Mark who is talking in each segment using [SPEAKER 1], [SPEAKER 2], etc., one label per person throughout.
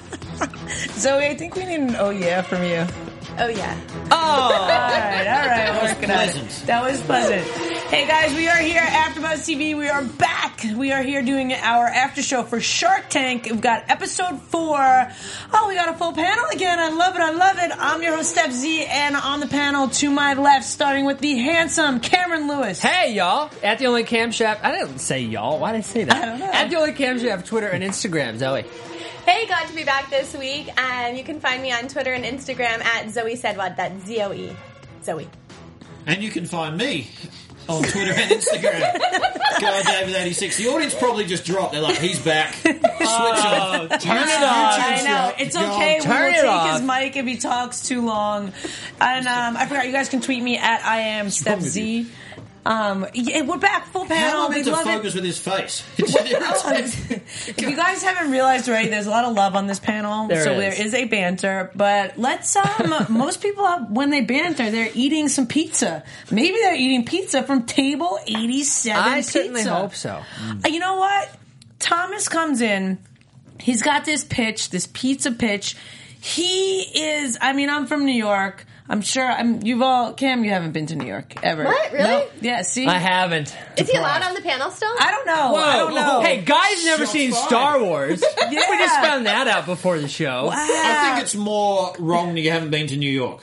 [SPEAKER 1] Zoe, I think we need an oh yeah from you.
[SPEAKER 2] Oh yeah.
[SPEAKER 1] All right, all right, we're working on it.
[SPEAKER 3] pleasant.
[SPEAKER 1] That was pleasant. Hey guys, we are here at AfterBuzz TV. We are back. We are here doing our after show for Shark Tank. We've got episode four. Oh, we got a full panel again. I love it. I love it. I'm your host Steph Z, and on the panel to my left, starting with the handsome Cameron Lewis.
[SPEAKER 3] Hey y'all! At the only cam shaft. I didn't say y'all. Why did I say that?
[SPEAKER 1] I don't know.
[SPEAKER 3] At the only cam shaft, Twitter and Instagram. Zoe.
[SPEAKER 2] Hey, glad to be back this week, and you can find me on Twitter and Instagram at Zoe Sedwad. That's Z O E, Zoe.
[SPEAKER 4] And you can find me on Twitter and Instagram. Guy David eighty six. The audience probably just dropped. They're like, he's back. Switch
[SPEAKER 1] Uh,
[SPEAKER 4] on.
[SPEAKER 3] Turn it on.
[SPEAKER 1] I know it's okay. We
[SPEAKER 3] Turn
[SPEAKER 1] will
[SPEAKER 3] it
[SPEAKER 1] take
[SPEAKER 3] off.
[SPEAKER 1] his mic if he talks too long. And um, I forgot you guys can tweet me at I am Steph
[SPEAKER 4] with
[SPEAKER 1] Z. Um, yeah, we're back full
[SPEAKER 4] How
[SPEAKER 1] panel.
[SPEAKER 4] am I
[SPEAKER 1] We
[SPEAKER 4] meant to
[SPEAKER 1] love it.
[SPEAKER 4] focus with his face? It's irritating.
[SPEAKER 1] If you guys haven't realized already, there's a lot of love on this panel,
[SPEAKER 3] There
[SPEAKER 1] so
[SPEAKER 3] is.
[SPEAKER 1] there is a banter. But let's um, most people uh, when they banter, they're eating some pizza. Maybe they're eating pizza from table 87.
[SPEAKER 3] I
[SPEAKER 1] pizza.
[SPEAKER 3] certainly hope so.
[SPEAKER 1] Uh, You know what? Thomas comes in. He's got this pitch, this pizza pitch. He is. I mean, I'm from New York. I'm sure. I'm. You've all. Cam, you haven't been to New York ever.
[SPEAKER 2] What? Really?
[SPEAKER 1] Nope. Yeah. See.
[SPEAKER 3] I haven't.
[SPEAKER 2] Is he allowed on the panel still?
[SPEAKER 1] I don't know. I don't know.
[SPEAKER 3] Hey, guys, never
[SPEAKER 4] Shots
[SPEAKER 3] seen
[SPEAKER 4] fired.
[SPEAKER 3] Star Wars. We just
[SPEAKER 1] Yeah.
[SPEAKER 3] found that out before the show.
[SPEAKER 4] I think it's more wrong that you haven't been to New York.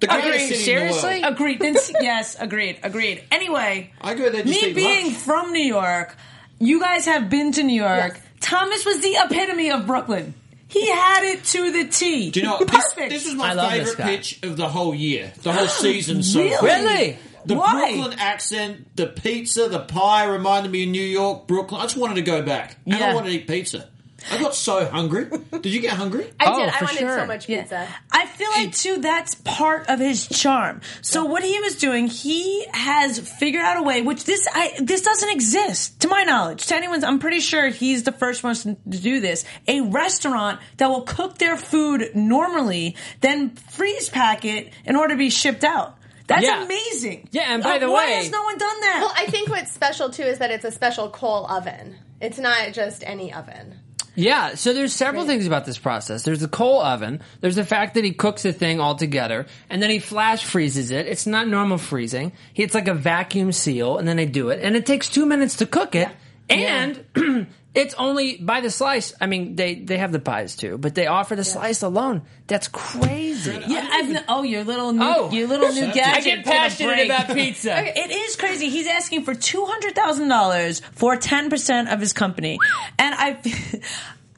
[SPEAKER 4] The greatest
[SPEAKER 1] Agree.
[SPEAKER 4] city in the
[SPEAKER 3] Seriously?
[SPEAKER 4] world.
[SPEAKER 1] Agreed. Then, s- yes, agreed, agreed. Anyway,
[SPEAKER 4] I go there just to
[SPEAKER 1] me
[SPEAKER 4] eat
[SPEAKER 1] being
[SPEAKER 4] lunch.
[SPEAKER 1] from New York, you guys have been to New York.
[SPEAKER 2] Yes.
[SPEAKER 1] Thomas was the epitome of Brooklyn. He had it to the T.
[SPEAKER 4] Do you know what? this,
[SPEAKER 1] Perfect.
[SPEAKER 4] this was
[SPEAKER 3] I
[SPEAKER 4] my
[SPEAKER 3] love this
[SPEAKER 4] favourite
[SPEAKER 3] guy.
[SPEAKER 4] pitch of the whole year, the whole season so far.
[SPEAKER 3] Really?
[SPEAKER 4] The
[SPEAKER 1] Why?
[SPEAKER 4] Brooklyn accent, the pizza, the pie reminded me of New York, Brooklyn. I just wanted to go back. And
[SPEAKER 1] Yeah.
[SPEAKER 4] I wanted to eat pizza. I got so hungry. Did you get hungry?
[SPEAKER 2] I did.
[SPEAKER 3] Oh,
[SPEAKER 2] I
[SPEAKER 3] for
[SPEAKER 2] wanted
[SPEAKER 3] sure.
[SPEAKER 2] so much
[SPEAKER 1] Yeah.
[SPEAKER 2] pizza.
[SPEAKER 1] I feel like too that's part of his charm. So what he was doing, he has figured out a way which this I this doesn't exist to my knowledge. To anyone's, I'm pretty sure he's the first one to do this. A restaurant that will cook their food normally, then freeze pack it in order to be shipped out. That's
[SPEAKER 3] Yeah.
[SPEAKER 1] amazing.
[SPEAKER 3] Yeah, and by the
[SPEAKER 1] why
[SPEAKER 3] way-
[SPEAKER 1] has no one done that?
[SPEAKER 2] Well, I think what's special too is that it's a special coal oven. It's not just any oven.
[SPEAKER 3] Yeah, so there's several things about this process. There's the coal oven. There's the fact that he cooks the thing all together, and then he flash freezes it. It's not normal freezing. He- It's like a vacuum seal, and then they do it, and it takes two minutes to cook it. And it's only by the slice. I mean, they they have the pies too, but they offer the slice alone. That's crazy.
[SPEAKER 1] yeah, I've kn- oh your little new
[SPEAKER 3] Oh.
[SPEAKER 1] your little new gadget.
[SPEAKER 3] I get
[SPEAKER 1] took a
[SPEAKER 3] passionate
[SPEAKER 1] break.
[SPEAKER 3] about pizza.
[SPEAKER 1] It is crazy. He's asking for two hundred thousand dollars for ten percent of his company, and I,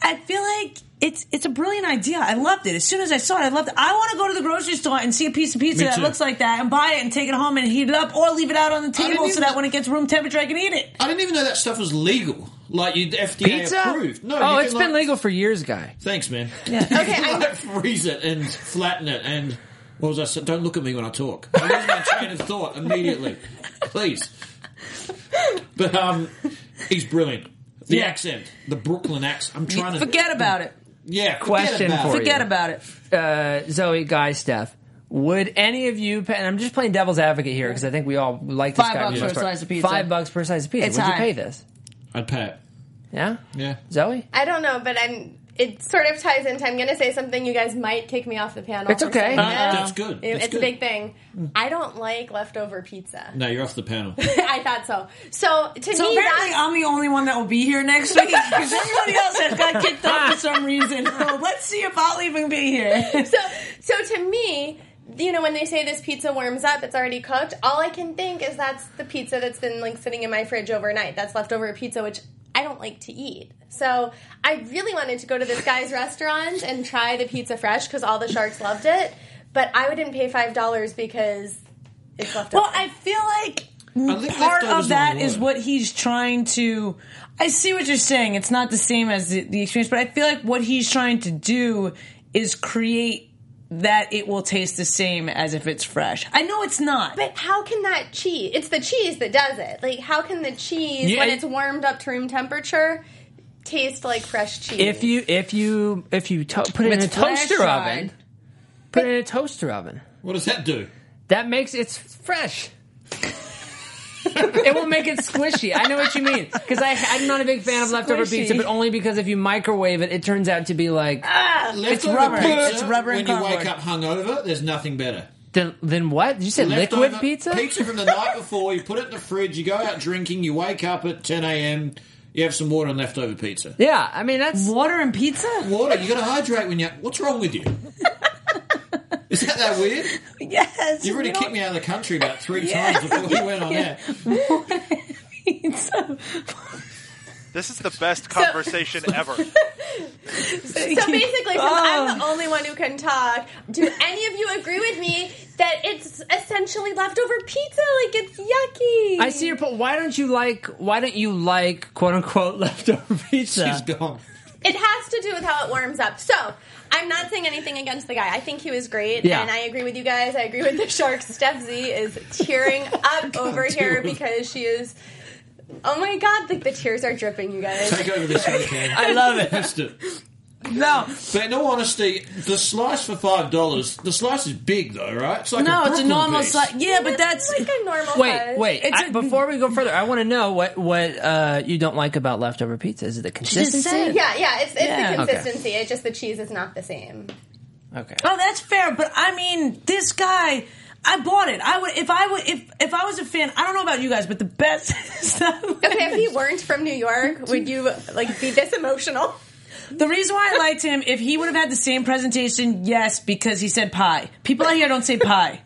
[SPEAKER 1] I feel like it's it's a brilliant idea. I loved it. As soon as I saw it, I loved it. I want to go to the grocery store and see a piece of pizza
[SPEAKER 4] Me
[SPEAKER 1] that
[SPEAKER 4] too.
[SPEAKER 1] looks like that, and buy it and take it home and heat it up, or leave it out on the
[SPEAKER 4] didn't
[SPEAKER 1] table so
[SPEAKER 4] even-
[SPEAKER 1] that when it gets room temperature, I can eat it.
[SPEAKER 4] I didn't even know that stuff was legal. Like you FDA
[SPEAKER 3] Pizza?
[SPEAKER 4] approved. No,
[SPEAKER 3] oh,
[SPEAKER 4] you can,
[SPEAKER 3] it's been
[SPEAKER 4] like-
[SPEAKER 3] legal for years, guy.
[SPEAKER 4] Thanks, man.
[SPEAKER 2] Okay,
[SPEAKER 4] You can,
[SPEAKER 2] I,
[SPEAKER 4] like, freeze it and flatten it and what was I saying? Don't look at me when I talk. I lose my train of thought immediately. Please. But um he's brilliant. The
[SPEAKER 1] Yeah.
[SPEAKER 4] accent. The Brooklyn accent. I'm trying to
[SPEAKER 1] Forget about it.
[SPEAKER 4] Yeah,
[SPEAKER 3] Question
[SPEAKER 4] forget about
[SPEAKER 3] for
[SPEAKER 4] it.
[SPEAKER 3] you.
[SPEAKER 1] Forget about it.
[SPEAKER 3] uh, Zoe, Guy, Steph, would any of you? Pay, and I'm just playing devil's advocate here because I think we all like this
[SPEAKER 1] Five
[SPEAKER 3] guy.
[SPEAKER 1] bucks
[SPEAKER 3] the
[SPEAKER 1] for
[SPEAKER 3] most
[SPEAKER 1] a
[SPEAKER 3] part.
[SPEAKER 1] slice of pizza.
[SPEAKER 3] Five bucks per slice of pizza.
[SPEAKER 1] It's
[SPEAKER 3] would you
[SPEAKER 1] high.
[SPEAKER 3] pay this?
[SPEAKER 4] I'd pay it.
[SPEAKER 3] Yeah.
[SPEAKER 4] Yeah.
[SPEAKER 3] Zoe,
[SPEAKER 2] I don't know, but I'm. It sort of ties into. I'm going to say something. You guys might kick me off the panel.
[SPEAKER 3] It's
[SPEAKER 2] for
[SPEAKER 3] okay.
[SPEAKER 2] saying
[SPEAKER 3] Uh,
[SPEAKER 2] this.
[SPEAKER 4] that's good.
[SPEAKER 2] It-
[SPEAKER 4] That's
[SPEAKER 2] it's
[SPEAKER 4] good.
[SPEAKER 2] a big thing. I don't like leftover pizza.
[SPEAKER 4] No, you're off the panel.
[SPEAKER 2] I thought so. So to
[SPEAKER 1] So
[SPEAKER 2] me,
[SPEAKER 1] apparently,
[SPEAKER 2] that's,
[SPEAKER 1] I'm the only one that will be here next week because everybody else has got kicked out for some reason. So let's see if I'll even be here.
[SPEAKER 2] so so to me you know when they say this pizza warms up it's already cooked all i can think is that's the pizza that's been like sitting in my fridge overnight that's leftover pizza which I don't like to eat. So I really wanted to go to this guy's restaurant and try the pizza fresh because all the sharks loved it. But I wouldn't pay five dollars because it's left
[SPEAKER 1] Well,
[SPEAKER 2] over.
[SPEAKER 1] I feel
[SPEAKER 4] I
[SPEAKER 1] like
[SPEAKER 4] think
[SPEAKER 1] part
[SPEAKER 4] leftovers
[SPEAKER 1] of that
[SPEAKER 4] don't
[SPEAKER 1] is
[SPEAKER 4] work.
[SPEAKER 1] what he's trying to. I see what you're saying. It's not the same as the, the experience, but I feel like what he's trying to do is create that it will taste the same as if it's fresh. I know it's not.
[SPEAKER 2] But how can that cheese? It's the cheese that does it. Like, how can the cheese,
[SPEAKER 3] Yeah,
[SPEAKER 2] when
[SPEAKER 3] I-
[SPEAKER 2] it's warmed up to room temperature, taste like fresh cheese?
[SPEAKER 3] If you if you if you to- put it in
[SPEAKER 1] It's
[SPEAKER 3] a toaster
[SPEAKER 1] fresh-fried.
[SPEAKER 3] oven, put it in a toaster oven.
[SPEAKER 4] What does that do?
[SPEAKER 3] That makes it fresh. it will make it squishy. I know what you mean because I'm not a big fan of leftover
[SPEAKER 1] Squishy.
[SPEAKER 3] pizza, but only because if you microwave it, it turns out to be like
[SPEAKER 4] It's
[SPEAKER 1] rubber. It's rubber
[SPEAKER 4] When
[SPEAKER 1] and
[SPEAKER 4] you
[SPEAKER 1] cardboard.
[SPEAKER 4] wake up hungover, there's nothing better.
[SPEAKER 3] then then what? Did you say liquid
[SPEAKER 4] Leftover
[SPEAKER 3] pizza?
[SPEAKER 4] Pizza from the night before. You put it in the fridge. You go out drinking. You wake up at 10 a.m. You have some water and leftover pizza.
[SPEAKER 3] Yeah, I mean that's
[SPEAKER 1] Water and pizza?
[SPEAKER 4] Water. You got to hydrate when you. What's wrong with you? Is that that weird?
[SPEAKER 1] Yes.
[SPEAKER 4] You've already
[SPEAKER 1] we don't
[SPEAKER 4] kicked me out of the country about three times before we went on air.
[SPEAKER 1] eat pizza.
[SPEAKER 5] This is the best conversation ever.
[SPEAKER 2] so basically, since I'm the only one who can talk, do any of you agree with me that it's essentially leftover pizza? Like, it's yucky.
[SPEAKER 3] I see your point. Why don't you like? Why don't you like quote unquote leftover
[SPEAKER 4] She's
[SPEAKER 3] pizza?
[SPEAKER 4] gone.
[SPEAKER 2] It has to do with how it warms up. So I'm not saying anything against the guy. I think he was great,
[SPEAKER 3] Yeah.
[SPEAKER 2] and I agree with you guys. I agree with the shark. Steph Z is tearing up over here
[SPEAKER 4] do it.
[SPEAKER 2] because she is. Oh my god, the, the tears are dripping, you guys.
[SPEAKER 4] Take over this one, Cam.
[SPEAKER 3] I love it.
[SPEAKER 4] Missed it.
[SPEAKER 1] No,
[SPEAKER 4] But in all honesty, the slice for five dollars. The slice is big though, right? It's like
[SPEAKER 1] no, it's a
[SPEAKER 4] Brooklyn
[SPEAKER 1] normal
[SPEAKER 4] piece.
[SPEAKER 1] slice. Yeah, but that's.
[SPEAKER 2] like a normal.
[SPEAKER 3] Wait,
[SPEAKER 2] size.
[SPEAKER 3] wait.
[SPEAKER 1] It's
[SPEAKER 3] I-
[SPEAKER 1] a-
[SPEAKER 3] before we go further, I want to know what what uh, you don't like about leftover pizza. Is it the
[SPEAKER 1] said
[SPEAKER 3] consistency?
[SPEAKER 1] it.
[SPEAKER 2] Yeah, yeah. It's, it's
[SPEAKER 1] Yeah.
[SPEAKER 2] the
[SPEAKER 3] Okay.
[SPEAKER 2] consistency. It's just the cheese is not the same.
[SPEAKER 3] Okay.
[SPEAKER 1] Oh, that's fair, but I mean, this guy. I bought it. I would if I would if if I was a fan. I don't know about you guys, but the best stuff.
[SPEAKER 2] Okay, if he weren't from New York, would you like be this emotional?
[SPEAKER 1] The reason why I liked him, if he would have had the same presentation, yes, because he said pie. People out here don't say pie.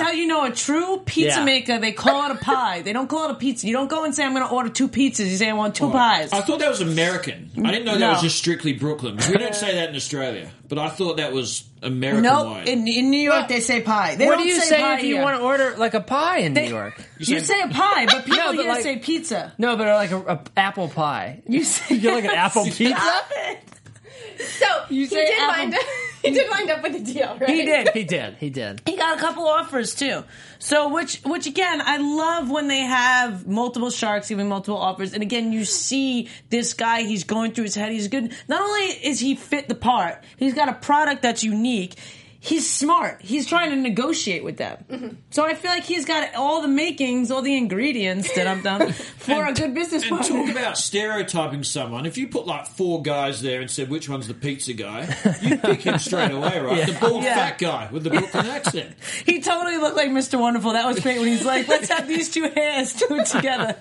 [SPEAKER 3] Yeah.
[SPEAKER 1] how you know a true pizza
[SPEAKER 3] Yeah.
[SPEAKER 1] maker. They call it a pie. They don't call it a pizza. You don't go and say I'm going to order two pizzas. You say I want two pies.
[SPEAKER 4] I thought that was American. I didn't know that
[SPEAKER 1] No.
[SPEAKER 4] was just strictly Brooklyn. We don't say that in Australia, but I thought that was American
[SPEAKER 1] No,
[SPEAKER 4] wine.
[SPEAKER 1] in, in New York they say pie. They
[SPEAKER 3] What
[SPEAKER 1] don't
[SPEAKER 3] do you
[SPEAKER 1] say,
[SPEAKER 3] say
[SPEAKER 1] pie
[SPEAKER 3] if you
[SPEAKER 1] here.
[SPEAKER 3] want to order like a pie in
[SPEAKER 1] They-
[SPEAKER 3] New York?
[SPEAKER 1] You say a pie, but people
[SPEAKER 3] No, but
[SPEAKER 1] here
[SPEAKER 3] like-
[SPEAKER 1] say pizza.
[SPEAKER 3] No, but like a, a apple pie.
[SPEAKER 1] You say
[SPEAKER 3] You're like an apple pizza.
[SPEAKER 1] Stop it.
[SPEAKER 2] So he
[SPEAKER 1] Ah. say
[SPEAKER 2] did
[SPEAKER 1] apple-
[SPEAKER 2] wind up. He did wind up with a deal, right?
[SPEAKER 1] He did.
[SPEAKER 3] He did. He did.
[SPEAKER 1] He got a couple offers too. So which which again, I love when they have multiple sharks giving multiple offers. And again, you see this guy, he's going through his head. He's good. Not only is he fit the part, he's got a product that's unique. He's smart. He's trying to negotiate with them.
[SPEAKER 4] Mm-hmm.
[SPEAKER 1] So I feel like he's got all the makings, all the ingredients that I'm done for a good business
[SPEAKER 4] and
[SPEAKER 1] partner.
[SPEAKER 4] talk about stereotyping someone. If you put like four guys there and said which one's the pizza guy, you'd pick him straight away, right? The bald
[SPEAKER 1] Yeah.
[SPEAKER 4] fat guy with the Brooklyn accent.
[SPEAKER 1] he totally looked like Mr. Wonderful. That was great when he's like, "Let's have these two hands do it together."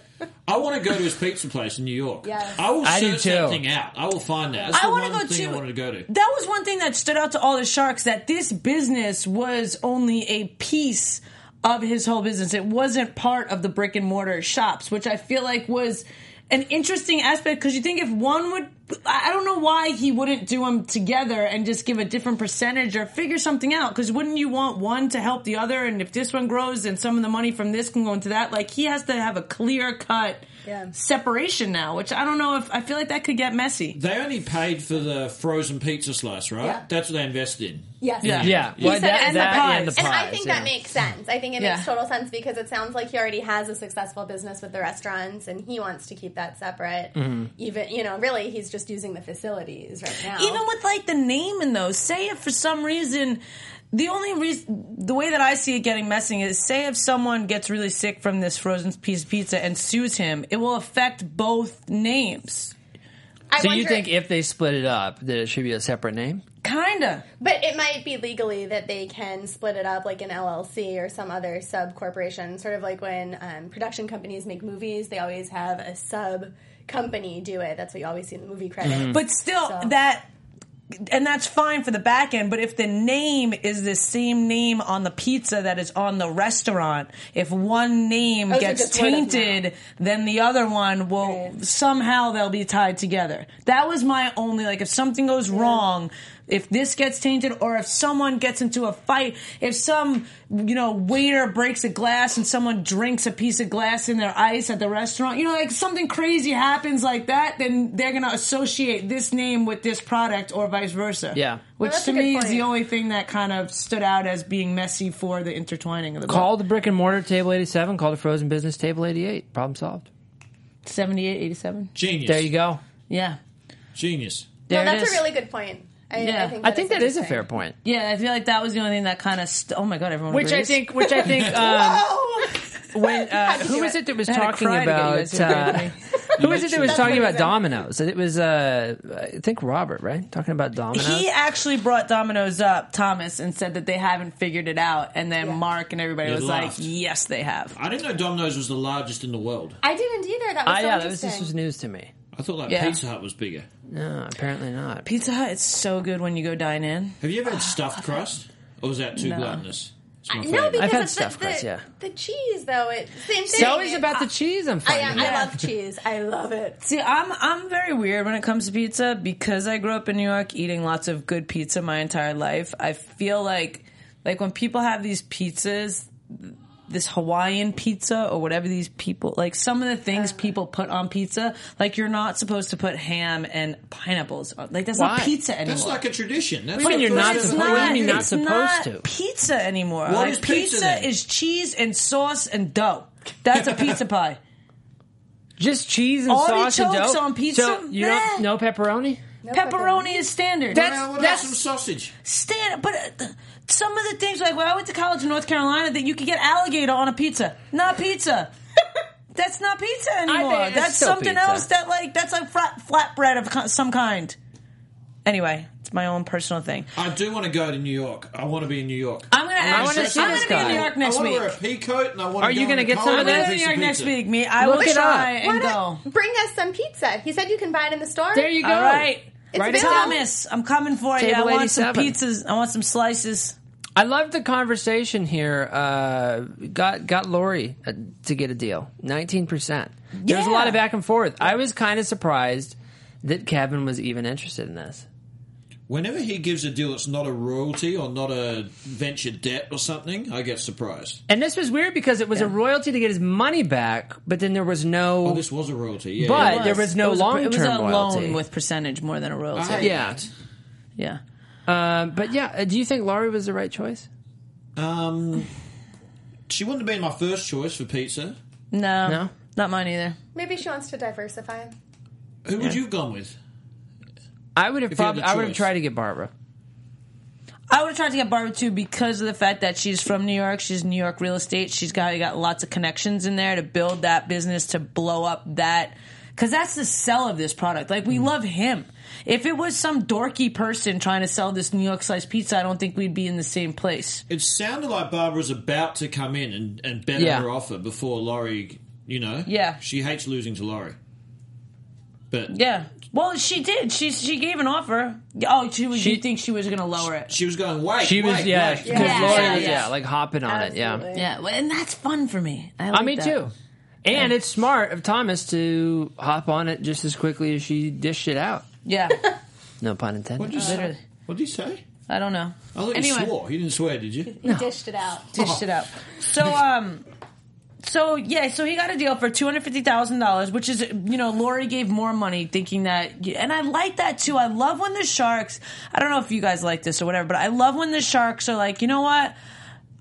[SPEAKER 4] I want to go to his pizza place in New York.
[SPEAKER 2] Yes.
[SPEAKER 4] I will
[SPEAKER 3] I do
[SPEAKER 4] search
[SPEAKER 3] too.
[SPEAKER 4] that thing out. I will find that. That's
[SPEAKER 1] I
[SPEAKER 4] the
[SPEAKER 1] want to
[SPEAKER 4] one
[SPEAKER 1] go
[SPEAKER 4] thing
[SPEAKER 1] to.
[SPEAKER 4] I wanted to go to.
[SPEAKER 1] That was one thing that stood out to all the sharks that this business was only a piece of his whole business. It wasn't part of the brick and mortar shops, which I feel like was an interesting aspect because you think if one would, I I don't know why he wouldn't do them together and just give a different percentage or figure something out. Because wouldn't you want one to help the other? And if this one grows, then some of the money from this can go into that. Like he has to have a clear cut.
[SPEAKER 2] Yeah.
[SPEAKER 1] Separation now, which I don't know if I feel like that could get messy.
[SPEAKER 4] They only paid for the frozen pizza slice, right?
[SPEAKER 2] Yeah.
[SPEAKER 4] That's what they invested in.
[SPEAKER 2] Yes.
[SPEAKER 3] Yeah.
[SPEAKER 2] He said it, and the
[SPEAKER 3] and the
[SPEAKER 1] pies.
[SPEAKER 3] pies.
[SPEAKER 2] And I think
[SPEAKER 3] yeah.
[SPEAKER 2] that makes sense. I think it
[SPEAKER 1] Yeah.
[SPEAKER 2] makes total sense because it sounds like he already has a successful business with the restaurants, and he wants to keep that separate.
[SPEAKER 3] Mm-hmm.
[SPEAKER 2] Even you know, really, he's just using the facilities right now.
[SPEAKER 1] even with like the name in those say if for some reason the only reason the way that i see it getting messing is say if someone gets really sick from this frozen piece of pizza and sues him it will affect both names
[SPEAKER 2] I
[SPEAKER 3] So you
[SPEAKER 2] wonder-
[SPEAKER 3] think if they split it up, that it should be a separate name?
[SPEAKER 1] kinda
[SPEAKER 2] but it might be legally that they can split it up like an LLC or some other sub corporation, sort of like when um, production companies make movies, they always
[SPEAKER 3] Mm-hmm.
[SPEAKER 2] have a sub company do it. That's what you always see in the movie credits.
[SPEAKER 1] but still
[SPEAKER 2] So-
[SPEAKER 1] that and that's fine for the back end, but if the name is the same name on the pizza that is on the restaurant, if one name
[SPEAKER 2] so
[SPEAKER 1] gets
[SPEAKER 2] just word of mouth.
[SPEAKER 1] tainted, then the other one will somehow they'll be tied together. That was my only like if something goes wrong, if this gets tainted or if someone gets into a fight, if some you know waiter breaks a glass and someone drinks a piece of glass in their ice at the restaurant, you know like something crazy happens like that, then they're going to associate this name with this product or vice versa.
[SPEAKER 3] Yeah.
[SPEAKER 1] Which
[SPEAKER 2] that's
[SPEAKER 1] to
[SPEAKER 2] a good
[SPEAKER 1] me is
[SPEAKER 2] point.
[SPEAKER 1] the only thing that kind of stood out as being messy for the intertwining of the
[SPEAKER 3] Call the brick and mortar table 87, call the frozen business table 88. Problem solved.
[SPEAKER 1] 78 87.
[SPEAKER 4] Genius.
[SPEAKER 3] There you go.
[SPEAKER 1] Yeah.
[SPEAKER 4] Genius.
[SPEAKER 1] There
[SPEAKER 2] no,
[SPEAKER 1] it
[SPEAKER 2] that's a
[SPEAKER 1] is.
[SPEAKER 2] really good point. I,
[SPEAKER 1] Yeah.
[SPEAKER 2] I think
[SPEAKER 3] I think that is a
[SPEAKER 2] good
[SPEAKER 3] fair point.
[SPEAKER 2] point.
[SPEAKER 1] Yeah, I feel like that was the only thing that kind of. St- oh my god, everyone.
[SPEAKER 3] Which I
[SPEAKER 1] agrees?
[SPEAKER 3] think, which I think, um, when uh, who
[SPEAKER 2] Oh! do
[SPEAKER 3] was
[SPEAKER 2] it.
[SPEAKER 3] it that was
[SPEAKER 1] I had to
[SPEAKER 3] talking
[SPEAKER 1] cry to get you guys
[SPEAKER 3] about?
[SPEAKER 1] to agree with
[SPEAKER 3] Uh,
[SPEAKER 1] me.
[SPEAKER 3] who was it that was
[SPEAKER 2] That's
[SPEAKER 3] talking
[SPEAKER 2] what
[SPEAKER 3] about
[SPEAKER 2] it was.
[SPEAKER 3] dominoes? It was, uh, I think, Robert, right? Talking about dominoes.
[SPEAKER 1] He actually brought Domino's up, Thomas, and said that they haven't figured it out. And then
[SPEAKER 2] Yeah.
[SPEAKER 1] Mark and everybody
[SPEAKER 4] They
[SPEAKER 1] was
[SPEAKER 4] laughed.
[SPEAKER 1] like, "Yes, they have."
[SPEAKER 4] I didn't know Domino's was the largest in the world.
[SPEAKER 2] I didn't either. That was
[SPEAKER 3] Ah,
[SPEAKER 2] so
[SPEAKER 3] yeah, that was,
[SPEAKER 2] interesting.
[SPEAKER 3] this was news to me.
[SPEAKER 4] I thought like
[SPEAKER 1] Yeah.
[SPEAKER 4] Pizza Hut was bigger.
[SPEAKER 3] No, apparently not.
[SPEAKER 1] Pizza Hut, it's so good when you go dine in.
[SPEAKER 4] Have you ever had stuffed crust? Or was that too
[SPEAKER 1] No.
[SPEAKER 4] gluttonous? It's my
[SPEAKER 2] no,
[SPEAKER 4] favourite.
[SPEAKER 2] because
[SPEAKER 3] I've had
[SPEAKER 2] it's the,
[SPEAKER 3] stuffed
[SPEAKER 2] the,
[SPEAKER 3] crust, yeah.
[SPEAKER 2] the cheese though. It same thing.
[SPEAKER 3] It's always
[SPEAKER 2] It-
[SPEAKER 3] about the cheese. I'm
[SPEAKER 2] I,
[SPEAKER 3] finding.
[SPEAKER 2] I
[SPEAKER 3] out.
[SPEAKER 2] love cheese. I love it.
[SPEAKER 1] See, I'm I'm very weird when it comes to pizza because I grew up in New York eating lots of good pizza my entire life. I feel like like when people have these pizzas this Hawaiian pizza or whatever these people like some of the things
[SPEAKER 3] Uh-huh.
[SPEAKER 1] people put on pizza like you're not supposed to put ham and pineapples on. like that's not
[SPEAKER 3] Why?
[SPEAKER 1] pizza anymore.
[SPEAKER 4] That's like a tradition. That's
[SPEAKER 3] What do you mean you're not
[SPEAKER 1] It's
[SPEAKER 3] supposed-
[SPEAKER 1] not,
[SPEAKER 3] what do you mean not
[SPEAKER 1] it's
[SPEAKER 3] supposed
[SPEAKER 1] not
[SPEAKER 3] to?
[SPEAKER 1] Pizza anymore.
[SPEAKER 4] What
[SPEAKER 1] like,
[SPEAKER 4] is pizza then?
[SPEAKER 1] is cheese and sauce and dough. That's a pizza pie.
[SPEAKER 3] Just cheese and
[SPEAKER 1] Artichokes
[SPEAKER 3] sauce and dough
[SPEAKER 1] on pizza?
[SPEAKER 3] So you don't no
[SPEAKER 1] Nah.
[SPEAKER 3] pepperoni?
[SPEAKER 1] Pepperoni is standard.
[SPEAKER 3] That's-
[SPEAKER 4] Now, what about
[SPEAKER 3] that's-
[SPEAKER 4] some sausage?
[SPEAKER 1] stand but uh, some of the things like when I went to college in North Carolina that you could get alligator on a pizza. Not pizza. that's not pizza anymore.
[SPEAKER 3] it's
[SPEAKER 1] That's
[SPEAKER 3] still
[SPEAKER 1] something
[SPEAKER 3] pizza.
[SPEAKER 1] else that like that's like flat flatbread of co- some kind. Anyway, it's my own personal thing.
[SPEAKER 4] I do want to go to New York. I want to be in New York.
[SPEAKER 1] I'm gonna
[SPEAKER 3] I wanna
[SPEAKER 1] actually,
[SPEAKER 3] see
[SPEAKER 1] I'm
[SPEAKER 3] this
[SPEAKER 1] gonna be
[SPEAKER 3] guy.
[SPEAKER 1] in New York next
[SPEAKER 4] I want
[SPEAKER 1] week.
[SPEAKER 4] to wear a pea coat and I want
[SPEAKER 3] Are
[SPEAKER 4] to
[SPEAKER 3] you
[SPEAKER 4] going
[SPEAKER 3] gonna
[SPEAKER 4] to
[SPEAKER 3] get some of
[SPEAKER 1] I'm
[SPEAKER 3] that?
[SPEAKER 1] gonna be in New York next week. Me, I
[SPEAKER 3] Look
[SPEAKER 1] will
[SPEAKER 3] it
[SPEAKER 1] try
[SPEAKER 3] up.
[SPEAKER 2] Why
[SPEAKER 1] and go.
[SPEAKER 2] not bring us some pizza? He said you can buy it in the store.
[SPEAKER 3] There you go.
[SPEAKER 1] All right.
[SPEAKER 2] It's
[SPEAKER 3] Write it
[SPEAKER 2] available.
[SPEAKER 3] down.
[SPEAKER 1] Thomas, I'm coming for you. I
[SPEAKER 3] Table
[SPEAKER 1] want some
[SPEAKER 3] 87.
[SPEAKER 1] pizzas. I want some slices.
[SPEAKER 3] I love the conversation here. Uh, got got Lori uh, to get a deal, nineteen percent. There was a
[SPEAKER 1] Yeah.
[SPEAKER 3] lot of back and forth. I was kind of surprised that Kevin was even interested in this.
[SPEAKER 4] Whenever he gives a deal that's not a royalty or not a venture debt or something, I get surprised.
[SPEAKER 3] And this was weird because it was a royalty to get his money back, but then there was no.
[SPEAKER 4] Oh, this was a royalty. Yeah,
[SPEAKER 3] But-
[SPEAKER 4] yeah.
[SPEAKER 3] There was no
[SPEAKER 1] it was a- It was a
[SPEAKER 3] long-term Uh-huh. royalty.
[SPEAKER 1] loan with percentage more than a royalty.
[SPEAKER 4] I-
[SPEAKER 3] yeah,
[SPEAKER 1] Yeah.
[SPEAKER 3] um, but yeah. uh, Do you think Laurie was the right choice?
[SPEAKER 4] Um, she wouldn't have been my first choice for pizza.
[SPEAKER 1] No.
[SPEAKER 3] No?
[SPEAKER 1] Not mine either.
[SPEAKER 2] Maybe she wants to diversify.
[SPEAKER 4] Who would you have gone with?
[SPEAKER 3] I would have
[SPEAKER 4] If you had
[SPEAKER 3] probably.
[SPEAKER 4] the
[SPEAKER 3] I would have
[SPEAKER 4] choice.
[SPEAKER 3] tried to get Barbara.
[SPEAKER 1] I would have tried to get Barbara too because of the fact that she's from New York. She's New York real estate. She's got got lots of connections in there to build that business to blow up that because that's the sell of this product. Like we love him. If it was some dorky person trying to sell this New York sliced pizza, I don't think we'd be in the same place.
[SPEAKER 4] It sounded like Barbara was about to come in and, and better
[SPEAKER 3] Yeah.
[SPEAKER 4] her offer before Laurie, you know?
[SPEAKER 1] Yeah.
[SPEAKER 4] She hates losing to Laurie. But
[SPEAKER 1] Yeah. Well, she did. She she gave an offer. Oh, she was. you think she was going to lower it?
[SPEAKER 4] she was going, wait,
[SPEAKER 3] She was
[SPEAKER 4] wait,
[SPEAKER 3] yeah,
[SPEAKER 4] wait.
[SPEAKER 3] because
[SPEAKER 2] Yeah.
[SPEAKER 3] Laurie
[SPEAKER 2] Yeah,
[SPEAKER 3] was
[SPEAKER 2] yeah.
[SPEAKER 3] yeah. like hopping on it. Yeah,
[SPEAKER 2] Absolutely.
[SPEAKER 1] Yeah, well, and that's fun for me. I like
[SPEAKER 3] I me
[SPEAKER 1] that.
[SPEAKER 3] too. And it's smart of Thomas to hop on it just as quickly as she dished it out.
[SPEAKER 1] Yeah,
[SPEAKER 3] No pun
[SPEAKER 4] What
[SPEAKER 3] intended.
[SPEAKER 4] did you say?
[SPEAKER 1] Literally.
[SPEAKER 4] What did you say?
[SPEAKER 1] I don't know.
[SPEAKER 4] I thought
[SPEAKER 1] anyway,
[SPEAKER 4] you swore. You didn't swear, did you?
[SPEAKER 2] He dished it out.
[SPEAKER 1] dished it out. So um, so yeah, so he got a deal for two hundred fifty thousand dollars, which is you know Lori gave more money, thinking that, and I like that too. I love when the sharks. I don't know if you guys like this or whatever, but I love when the sharks are like, you know what,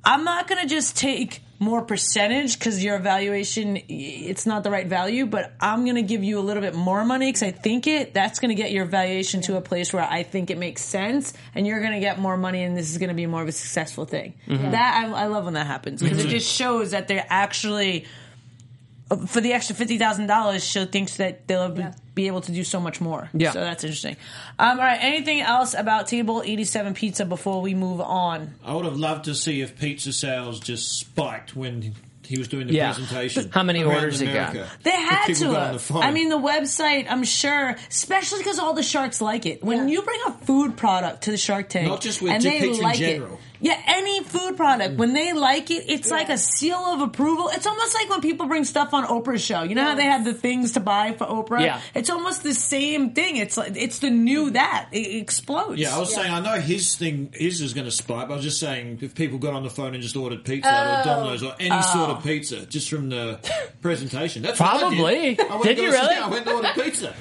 [SPEAKER 1] I'm not gonna just take more percentage because your evaluation it's not the right value but i'm going to give you a little bit more money because i think it that's going to get your valuation to a place where i think it makes sense and you're going to get more money and this is going to be more of a successful thing that I, I love when that happens because it just shows that they're actually uh, for the extra fifty thousand dollars, she thinks that they'll be- be able to do so much more.
[SPEAKER 3] Yeah.
[SPEAKER 1] so that's interesting. Um, all right, anything else about Table Eighty Seven Pizza before we move on?
[SPEAKER 4] I would have loved to see if pizza sales just spiked when he was doing the
[SPEAKER 3] Yeah.
[SPEAKER 4] presentation.
[SPEAKER 3] How many
[SPEAKER 4] around
[SPEAKER 3] orders it got?
[SPEAKER 4] America.
[SPEAKER 1] They had
[SPEAKER 4] People
[SPEAKER 1] to.
[SPEAKER 4] got on the
[SPEAKER 1] have.
[SPEAKER 4] phone.
[SPEAKER 1] I mean, the website. I'm sure, especially because all the sharks like it. When
[SPEAKER 2] Yeah.
[SPEAKER 1] you bring a food product to the Shark Tank,
[SPEAKER 4] Not just with
[SPEAKER 1] and
[SPEAKER 4] dick
[SPEAKER 1] they
[SPEAKER 4] pics in
[SPEAKER 1] like
[SPEAKER 4] general.
[SPEAKER 1] it. Yeah, any food product. When they like it, it's like a seal of approval. It's almost like when people bring stuff on Oprah's show. You know how they had the things to buy for Oprah.
[SPEAKER 3] Yeah.
[SPEAKER 1] it's almost the same thing. It's like it's the new that it explodes.
[SPEAKER 4] Yeah, I was saying I know his thing his is going to spike. But I was just saying if people got on the phone and just ordered pizza or Domino's or any sort of pizza just from the presentation. That's what I
[SPEAKER 3] Probably.
[SPEAKER 4] did. I went
[SPEAKER 3] Did
[SPEAKER 4] to-
[SPEAKER 3] you really?
[SPEAKER 4] Yeah, I went to order pizza.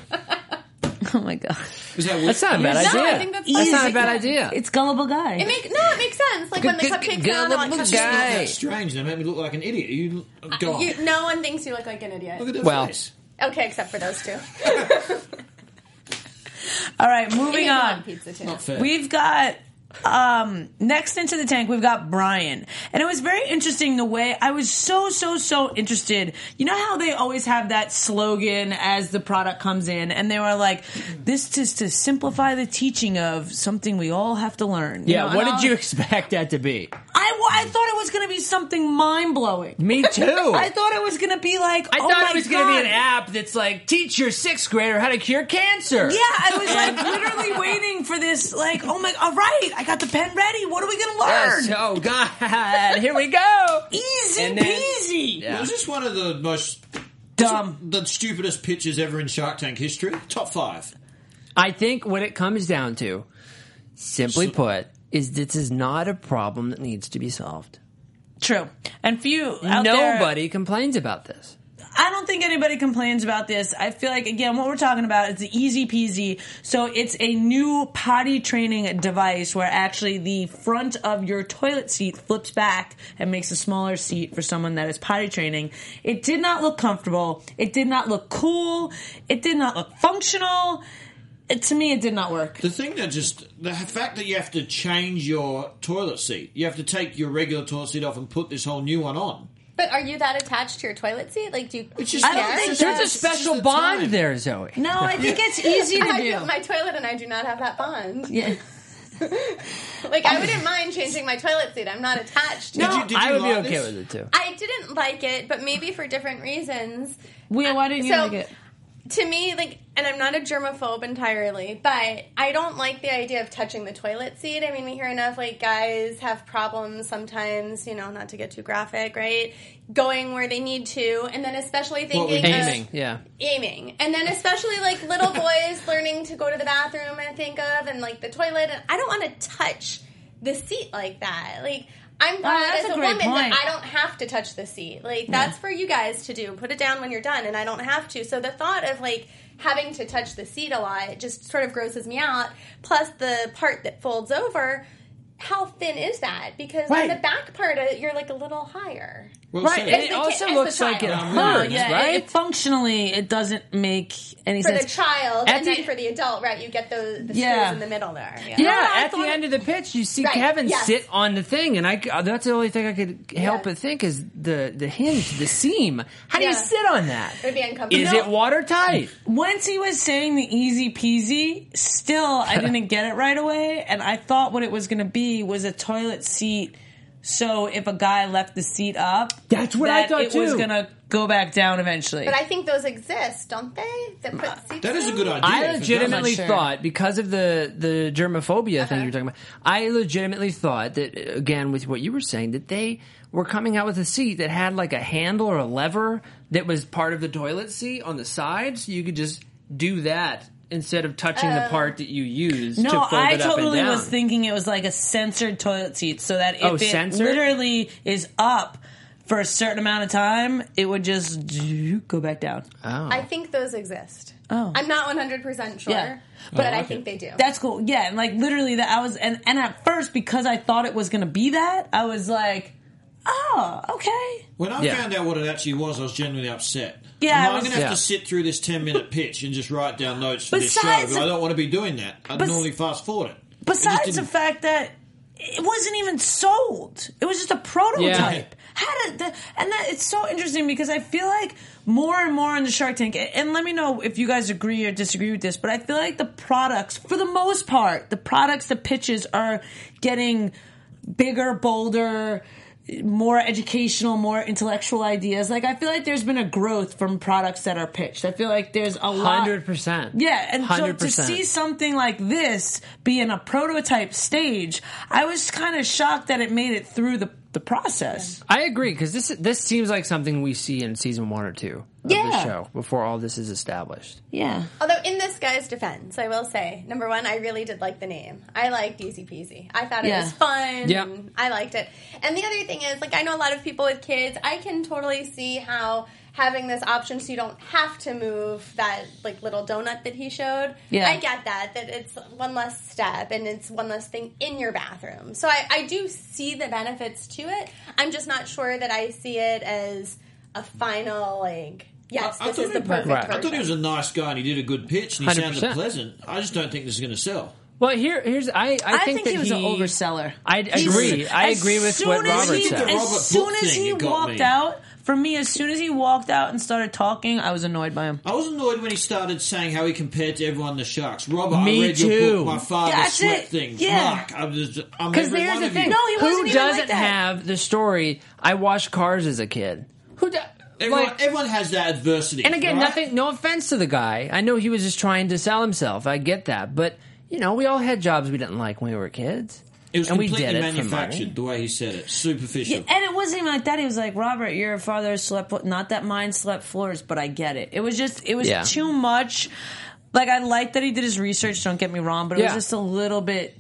[SPEAKER 1] oh my god,
[SPEAKER 4] Is that
[SPEAKER 3] That's not a bad
[SPEAKER 2] No,
[SPEAKER 3] idea.
[SPEAKER 2] I think that's,
[SPEAKER 3] That's not a
[SPEAKER 2] easy.
[SPEAKER 3] bad idea.
[SPEAKER 1] it's gullible guy.
[SPEAKER 2] It make, no, it makes sense. Like when the
[SPEAKER 3] Good- good-
[SPEAKER 2] cupcakes
[SPEAKER 3] good
[SPEAKER 2] down, I'm
[SPEAKER 3] little
[SPEAKER 2] like, "Oh,
[SPEAKER 3] guy.
[SPEAKER 4] That's strange. They made me look like an idiot. You go on.
[SPEAKER 2] You, no one thinks you look like an
[SPEAKER 4] look at
[SPEAKER 2] idiot.
[SPEAKER 4] that
[SPEAKER 3] Well.
[SPEAKER 4] face.
[SPEAKER 2] Okay, except for those two.
[SPEAKER 1] all right, moving
[SPEAKER 2] Maybe
[SPEAKER 1] on.
[SPEAKER 2] not Pizza too.
[SPEAKER 4] Not fair.
[SPEAKER 1] We've got um next into the tank we've got Brian. And it was very interesting the way I was so so so interested. You know how they always have that slogan as the product comes in and they were like this is to simplify the teaching of something we all have to learn. You
[SPEAKER 3] yeah,
[SPEAKER 1] know, and
[SPEAKER 3] what did
[SPEAKER 1] I'll-
[SPEAKER 3] you expect that to be?
[SPEAKER 1] I wa- I thought it was going to be something mind-blowing.
[SPEAKER 3] Me too.
[SPEAKER 1] I thought it was going to be like
[SPEAKER 3] I thought
[SPEAKER 1] oh my
[SPEAKER 3] it was going to be
[SPEAKER 1] God.
[SPEAKER 3] an app that's like teach your sixth grader how to cure cancer.
[SPEAKER 1] Yeah, I was like literally waiting for this like oh my all right, I got the pen ready. What are we going to learn?
[SPEAKER 3] Yes. Oh God! Here we go.
[SPEAKER 1] Easy
[SPEAKER 3] And then-
[SPEAKER 1] peasy.
[SPEAKER 3] Yeah.
[SPEAKER 4] Was this one of the most
[SPEAKER 1] Dumb.
[SPEAKER 4] the stupidest pitches ever in Shark Tank history? Top five.
[SPEAKER 3] I think what it comes down to, simply put, is this is not a problem that needs to be solved.
[SPEAKER 1] True. And few out there-
[SPEAKER 3] Nobody complains about this.
[SPEAKER 1] I don't think anybody complains about this. I feel like again, what we're talking about is the easy peasy. So it's a new potty training device where actually the front of your toilet seat flips back and makes a smaller seat for someone that is potty training. It did not look comfortable. It did not look cool. It did not look functional. It, to me, it did not work.
[SPEAKER 4] The thing that just the fact that you have to change your toilet seat, you have to take your regular toilet seat off and put this whole new one on.
[SPEAKER 2] But are you that attached to your toilet seat? Like, do you?
[SPEAKER 4] It's just-
[SPEAKER 2] do you
[SPEAKER 1] I don't
[SPEAKER 2] care?
[SPEAKER 1] think It's
[SPEAKER 3] There's a
[SPEAKER 1] just-
[SPEAKER 3] special
[SPEAKER 4] it's just the
[SPEAKER 3] bond
[SPEAKER 4] time.
[SPEAKER 3] there, Zoe.
[SPEAKER 1] No, I think it's easy to
[SPEAKER 2] I do.
[SPEAKER 1] do.
[SPEAKER 2] My toilet and I do not have that bond.
[SPEAKER 1] Yeah.
[SPEAKER 2] Like, I wouldn't mind changing my toilet seat. I'm not attached. to
[SPEAKER 4] Did
[SPEAKER 2] it.
[SPEAKER 4] you- did you
[SPEAKER 3] I would be
[SPEAKER 4] like
[SPEAKER 3] okay
[SPEAKER 4] this?
[SPEAKER 3] with it too.
[SPEAKER 2] I didn't like it, but maybe for different reasons.
[SPEAKER 1] Wheel, why didn't you
[SPEAKER 2] So-
[SPEAKER 1] like it?
[SPEAKER 2] To me, like, and I'm not a germaphobe entirely, but I don't like the idea of touching the toilet seat. I mean, we hear enough, like, guys have problems sometimes, you know, not to get too graphic, right? Going where they need to, and then especially
[SPEAKER 4] What we
[SPEAKER 2] thinking of-
[SPEAKER 3] Aiming, yeah.
[SPEAKER 2] aiming. And then especially like little boys learning to go to the bathroom, I think of, and like the toilet. And I don't want to touch the seat like that. Like I'm glad
[SPEAKER 1] Oh, that's
[SPEAKER 2] as
[SPEAKER 1] a
[SPEAKER 2] a,
[SPEAKER 1] great
[SPEAKER 2] woman
[SPEAKER 1] point.
[SPEAKER 2] that I don't have to touch the seat. Like that's for you guys to do. Put it down when you're done, and I don't have to. So the thought of like having to touch the seat a lot just sort of grosses me out. Plus the part that folds over. How thin is that? Because
[SPEAKER 4] Right.
[SPEAKER 2] on the back part, uh, you're like a little higher.
[SPEAKER 4] Well
[SPEAKER 1] Right,
[SPEAKER 4] said.
[SPEAKER 3] And
[SPEAKER 2] As
[SPEAKER 3] it
[SPEAKER 2] a
[SPEAKER 3] also
[SPEAKER 2] kid- as
[SPEAKER 3] looks
[SPEAKER 2] a
[SPEAKER 3] like it
[SPEAKER 2] child.
[SPEAKER 4] No,
[SPEAKER 3] hurts,
[SPEAKER 1] Yeah, it-
[SPEAKER 3] right?
[SPEAKER 1] it functionally, it doesn't make any
[SPEAKER 2] For
[SPEAKER 1] sense.
[SPEAKER 2] the child,
[SPEAKER 3] At
[SPEAKER 2] and
[SPEAKER 3] the-
[SPEAKER 2] then for the adult, right? You get those the
[SPEAKER 1] Yeah.
[SPEAKER 2] screws in the middle there. Yeah.
[SPEAKER 1] You know
[SPEAKER 3] Yeah,
[SPEAKER 1] what I
[SPEAKER 3] at the
[SPEAKER 1] thought-
[SPEAKER 3] end of the pitch, you see
[SPEAKER 2] Right,
[SPEAKER 3] Kevin
[SPEAKER 2] yes.
[SPEAKER 3] sit on the thing, and I c- uh, that's the only thing I could help
[SPEAKER 2] Yes.
[SPEAKER 3] but think is the the hinge, the seam. How do you
[SPEAKER 2] Yeah.
[SPEAKER 3] sit on that?
[SPEAKER 2] It would be
[SPEAKER 1] Uh,
[SPEAKER 2] uncomfortable.
[SPEAKER 3] Is
[SPEAKER 2] No.
[SPEAKER 3] it watertight?
[SPEAKER 1] Once he was saying the easy peasy, still I didn't get it right away, and I thought what it was going to be was a toilet seat. So if a guy left the seat up,
[SPEAKER 3] That's what I
[SPEAKER 1] that
[SPEAKER 3] thought,
[SPEAKER 1] it was
[SPEAKER 3] too.
[SPEAKER 1] going to go back down eventually.
[SPEAKER 2] But I think those exist, don't they? That put seats
[SPEAKER 4] that is a
[SPEAKER 2] in?
[SPEAKER 4] good idea.
[SPEAKER 3] I
[SPEAKER 4] if it
[SPEAKER 3] legitimately
[SPEAKER 4] does.
[SPEAKER 1] sure.
[SPEAKER 3] thought because of the the germophobia thing
[SPEAKER 1] Uh-huh.
[SPEAKER 3] you're talking about. I legitimately thought that uh, again with what you were saying that they were coming out with a seat that had like a handle or a lever that was part of the toilet seat on the side, so you could just do that instead of touching the part that you use. to
[SPEAKER 1] Uh, no,
[SPEAKER 3] fold
[SPEAKER 1] I
[SPEAKER 3] it up and
[SPEAKER 1] totally
[SPEAKER 3] down.
[SPEAKER 1] was thinking it was like a censored toilet seat, so that if
[SPEAKER 3] Oh,
[SPEAKER 1] it
[SPEAKER 3] censored?
[SPEAKER 1] literally is up for a certain amount of time, it would just go back down.
[SPEAKER 2] I think those exist.
[SPEAKER 1] Oh.
[SPEAKER 2] I'm not 100% sure,
[SPEAKER 1] Yeah.
[SPEAKER 3] Oh,
[SPEAKER 2] but
[SPEAKER 4] I
[SPEAKER 2] I,
[SPEAKER 4] like
[SPEAKER 2] think
[SPEAKER 4] it.
[SPEAKER 2] they do.
[SPEAKER 1] That's cool. Yeah, and like literally that I was and and at first because I thought it was going to be that, I was like, "Oh, okay."
[SPEAKER 4] When I
[SPEAKER 3] Yeah.
[SPEAKER 4] found out what it actually was, I was genuinely upset.
[SPEAKER 1] Yeah,
[SPEAKER 4] I'm,
[SPEAKER 1] I
[SPEAKER 4] I'm
[SPEAKER 1] was-
[SPEAKER 4] going to have
[SPEAKER 3] Yeah.
[SPEAKER 4] to sit through this 10 minute pitch and just write down notes for
[SPEAKER 1] Besides
[SPEAKER 4] this show. But I
[SPEAKER 1] the-
[SPEAKER 4] don't want to be doing that. I'd
[SPEAKER 1] Bes-
[SPEAKER 4] normally fast forward it. It just
[SPEAKER 1] Besides the
[SPEAKER 4] didn't-
[SPEAKER 1] fact that it wasn't even sold. It was just a prototype. How did the, and that it's so interesting because I feel like more and more in the Shark Tank, and- and let me know if you guys agree or disagree with this, but I feel like the products, for the most part, the products, the pitches are getting bigger, bolder, more educational, more intellectual ideas. Like I feel like there's been a growth from products that are pitched. I feel like there's a lot.
[SPEAKER 3] Hundred percent.
[SPEAKER 1] Yeah, and so to
[SPEAKER 3] 100%.
[SPEAKER 1] see something like this be in a prototype stage, I was kind of shocked that it made it through the the process.
[SPEAKER 3] I agree because this this seems like something we see in season one or two of the
[SPEAKER 1] Yeah.
[SPEAKER 3] show before all this is established.
[SPEAKER 1] Yeah.
[SPEAKER 2] Although in this guy's defense, I will say, number one, I really did like the name. I liked Easy Peasy. I thought it
[SPEAKER 1] Yeah.
[SPEAKER 2] was fun.
[SPEAKER 3] Yeah.
[SPEAKER 2] and I liked it. And the other thing is, like, I know a lot of people with kids. I can totally see how having this option so you don't have to move that like little donut that he showed.
[SPEAKER 1] Yeah.
[SPEAKER 2] I get that. That it's one less step and it's one less thing in your bathroom. So I, I do see the benefits to it. I'm just not sure that I see it as a final like yes,
[SPEAKER 4] I- I
[SPEAKER 2] this is
[SPEAKER 4] thought
[SPEAKER 2] the
[SPEAKER 4] he-
[SPEAKER 2] perfect
[SPEAKER 3] Right.
[SPEAKER 2] version.
[SPEAKER 4] I thought he was a nice guy and he did a good pitch and he sounded
[SPEAKER 3] 100%.
[SPEAKER 4] pleasant. I just don't think this is going to sell.
[SPEAKER 3] Well, here here's I I,
[SPEAKER 1] I think,
[SPEAKER 3] that
[SPEAKER 1] he was an overseller.
[SPEAKER 3] I agree. I
[SPEAKER 1] As
[SPEAKER 3] agree with what
[SPEAKER 1] soon as
[SPEAKER 3] Robert
[SPEAKER 1] he-
[SPEAKER 3] said.
[SPEAKER 4] The Robert
[SPEAKER 1] As soon
[SPEAKER 4] Book
[SPEAKER 1] as
[SPEAKER 4] thing,
[SPEAKER 1] he
[SPEAKER 4] it got
[SPEAKER 1] walked
[SPEAKER 4] me.
[SPEAKER 1] out, for me, as soon as he walked out and started talking, I was annoyed by him.
[SPEAKER 4] I was annoyed when he started saying how he compared to everyone the Sharks. Robert,
[SPEAKER 3] Me
[SPEAKER 4] I read
[SPEAKER 3] too.
[SPEAKER 4] your book, my father
[SPEAKER 1] That's
[SPEAKER 4] swept
[SPEAKER 1] it.
[SPEAKER 4] things.
[SPEAKER 1] Yeah.
[SPEAKER 4] Mark, I'm just, I'm
[SPEAKER 3] Because
[SPEAKER 4] every
[SPEAKER 3] there's
[SPEAKER 4] one
[SPEAKER 3] the
[SPEAKER 4] of you.
[SPEAKER 3] thing.
[SPEAKER 1] No, he wasn't
[SPEAKER 3] Who
[SPEAKER 1] even like
[SPEAKER 3] doesn't
[SPEAKER 1] that.
[SPEAKER 3] have the story? I washed cars as a kid. Who? Do,
[SPEAKER 4] Everyone,
[SPEAKER 3] like,
[SPEAKER 4] everyone has that adversity.
[SPEAKER 3] and again,
[SPEAKER 4] right?
[SPEAKER 3] nothing. No offense to the guy. I know he was just trying to sell himself. I get that, but you know, we all had jobs we didn't like when we were kids.
[SPEAKER 4] It was
[SPEAKER 3] and we
[SPEAKER 4] completely
[SPEAKER 3] did it for money.
[SPEAKER 4] manufactured the way he said it. Superficial.
[SPEAKER 1] And it wasn't even like that. He was like, Robert, your father slept, flo- not that mine slept floors, but I get it. It was just, it was
[SPEAKER 3] Yeah.
[SPEAKER 1] too much. Like, I like that he did his research, don't get me wrong, but it
[SPEAKER 3] Yeah.
[SPEAKER 1] was just a little bit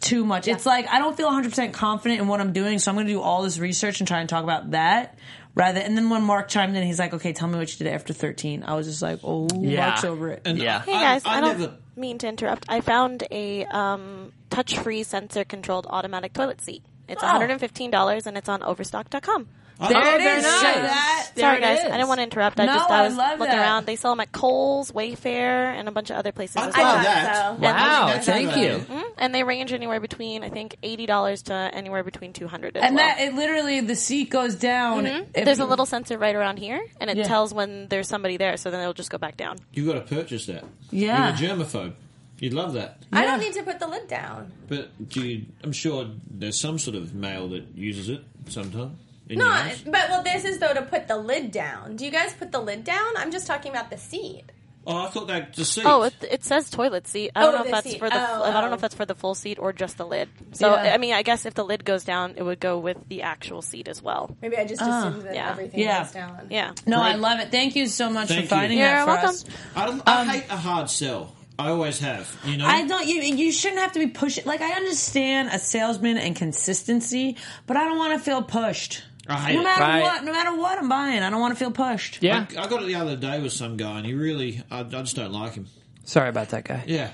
[SPEAKER 1] too much. It's like, I don't feel 100% confident in what I'm doing, so I'm going to do all this research and try and talk about that. Rather, and then when Mark chimed in, he's like, "Okay, tell me what you did after 13. I was just like, "Oh,
[SPEAKER 3] Yeah.
[SPEAKER 1] Mark's over it."
[SPEAKER 4] And
[SPEAKER 3] Yeah.
[SPEAKER 4] I-
[SPEAKER 6] Hey guys, I,
[SPEAKER 4] I,
[SPEAKER 6] don't
[SPEAKER 4] never.
[SPEAKER 6] mean to interrupt. I found a um, touch-free sensor-controlled automatic toilet seat. It's
[SPEAKER 1] Oh.
[SPEAKER 6] $115 and it's on Overstock.com.
[SPEAKER 4] I-
[SPEAKER 1] there it
[SPEAKER 3] very
[SPEAKER 1] is.
[SPEAKER 3] nice.
[SPEAKER 1] So that-
[SPEAKER 6] Sorry
[SPEAKER 3] There it
[SPEAKER 6] guys, I
[SPEAKER 3] is.
[SPEAKER 6] didn't want to interrupt. I
[SPEAKER 1] No,
[SPEAKER 6] just I
[SPEAKER 1] I
[SPEAKER 6] was
[SPEAKER 1] love
[SPEAKER 6] looking
[SPEAKER 1] that.
[SPEAKER 6] around. They sell them at Kohl's, Wayfair, and a bunch of other places.
[SPEAKER 4] I
[SPEAKER 6] as
[SPEAKER 4] thought
[SPEAKER 6] well.
[SPEAKER 4] that.
[SPEAKER 6] Wow,
[SPEAKER 4] I think that's
[SPEAKER 3] thank
[SPEAKER 4] about
[SPEAKER 3] you.
[SPEAKER 4] it.
[SPEAKER 6] And they range anywhere between I think eighty dollars to anywhere between two hundred.
[SPEAKER 1] and
[SPEAKER 6] well.
[SPEAKER 1] that it literally the seat goes down. If
[SPEAKER 6] there's a
[SPEAKER 1] you-
[SPEAKER 6] little sensor right around here, and it
[SPEAKER 1] Yeah.
[SPEAKER 6] tells when there's somebody there. So then it'll just go back down.
[SPEAKER 4] You've got to purchase that.
[SPEAKER 1] Yeah.
[SPEAKER 4] You're a germaphobe. You'd love that.
[SPEAKER 2] I don't
[SPEAKER 1] Yeah.
[SPEAKER 2] need to put the lid down.
[SPEAKER 4] But do you, I'm sure there's some sort of male that uses it sometime. in
[SPEAKER 2] No,
[SPEAKER 4] your house.
[SPEAKER 2] but well, this is though to put the lid down. Do you guys put the lid down? I'm just talking about the seat.
[SPEAKER 4] Oh, I thought that just seat.
[SPEAKER 6] Oh, it, it says toilet seat. I
[SPEAKER 2] Oh,
[SPEAKER 6] don't know
[SPEAKER 2] the
[SPEAKER 6] if that's
[SPEAKER 2] seat.
[SPEAKER 6] for the
[SPEAKER 2] Oh,
[SPEAKER 6] I don't
[SPEAKER 2] oh.
[SPEAKER 6] know if that's for the full seat or just the lid. So
[SPEAKER 1] Yeah.
[SPEAKER 6] I mean, I guess if the lid goes down, it would go with the actual seat as well.
[SPEAKER 2] Maybe I just assumed that
[SPEAKER 6] yeah.
[SPEAKER 2] everything
[SPEAKER 1] Yeah.
[SPEAKER 2] was down.
[SPEAKER 6] Yeah.
[SPEAKER 1] No, I
[SPEAKER 4] Right.
[SPEAKER 1] love it. Thank you so much
[SPEAKER 4] Thank
[SPEAKER 1] for finding
[SPEAKER 6] you.
[SPEAKER 1] that
[SPEAKER 6] You're
[SPEAKER 1] for
[SPEAKER 6] welcome.
[SPEAKER 1] us.
[SPEAKER 4] I, don't, I hate a hard sell. I always have. You know.
[SPEAKER 1] um, I don't. You you shouldn't have to be pushed. Like I understand a salesman and consistency, but I don't want to feel pushed.
[SPEAKER 4] I hate
[SPEAKER 1] No
[SPEAKER 4] it.
[SPEAKER 1] matter
[SPEAKER 3] Right.
[SPEAKER 1] what, no matter what I'm buying, I don't want to feel pushed.
[SPEAKER 3] Yeah.
[SPEAKER 4] I, I got it the other day with some guy, and he really, I, I just don't like him.
[SPEAKER 3] Sorry about that guy.
[SPEAKER 4] Yeah.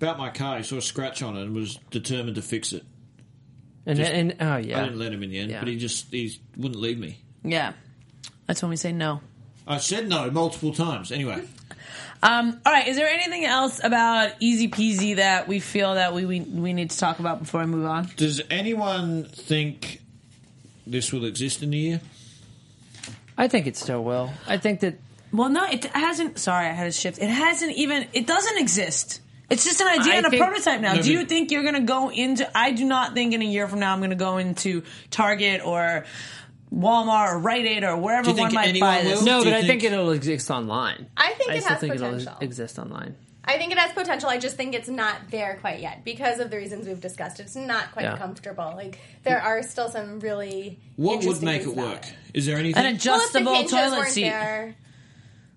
[SPEAKER 4] About my car, he saw a scratch on it and was determined to fix it.
[SPEAKER 3] And, and oh
[SPEAKER 4] I
[SPEAKER 3] yeah.
[SPEAKER 4] didn't let him in the end,
[SPEAKER 3] Yeah.
[SPEAKER 4] but he just he wouldn't leave me.
[SPEAKER 1] Yeah, that's when we say no.
[SPEAKER 4] I said no multiple times. Anyway,
[SPEAKER 1] Um, all right. Is there anything else about Easy Peasy that we feel that we, we we need to talk about before I move on?
[SPEAKER 4] does anyone think this will exist in a year?
[SPEAKER 3] I think it still will. I think that
[SPEAKER 1] Well, no, it hasn't. Sorry, I had a shift. It hasn't even. It doesn't exist. It's just an idea
[SPEAKER 3] I
[SPEAKER 1] and a
[SPEAKER 3] think-
[SPEAKER 1] prototype now.
[SPEAKER 4] No,
[SPEAKER 1] do you
[SPEAKER 4] but-
[SPEAKER 1] think you're going to go into? I do not think in a year from now I'm going to go into Target or Walmart or Rite Aid or wherever
[SPEAKER 4] Do you think
[SPEAKER 1] one might
[SPEAKER 4] anyone
[SPEAKER 1] buy this.
[SPEAKER 4] will?
[SPEAKER 3] no,
[SPEAKER 4] Do
[SPEAKER 3] but
[SPEAKER 4] you
[SPEAKER 3] I think,
[SPEAKER 4] think-
[SPEAKER 3] it'll exist online.
[SPEAKER 2] I think it
[SPEAKER 3] still
[SPEAKER 2] has
[SPEAKER 3] think
[SPEAKER 2] potential.
[SPEAKER 3] it'll exist online.
[SPEAKER 2] I think it has potential. I just think it's not there quite yet because of the reasons we've discussed. It's not quite
[SPEAKER 3] Yeah.
[SPEAKER 2] comfortable. Like there are still some really
[SPEAKER 4] What would
[SPEAKER 2] interesting
[SPEAKER 4] make
[SPEAKER 2] things
[SPEAKER 4] it
[SPEAKER 2] about
[SPEAKER 4] work? Is there anything?
[SPEAKER 1] An
[SPEAKER 2] Well, if the
[SPEAKER 1] adjustable
[SPEAKER 2] hinges
[SPEAKER 1] toilet
[SPEAKER 2] weren't
[SPEAKER 1] seat,
[SPEAKER 2] there-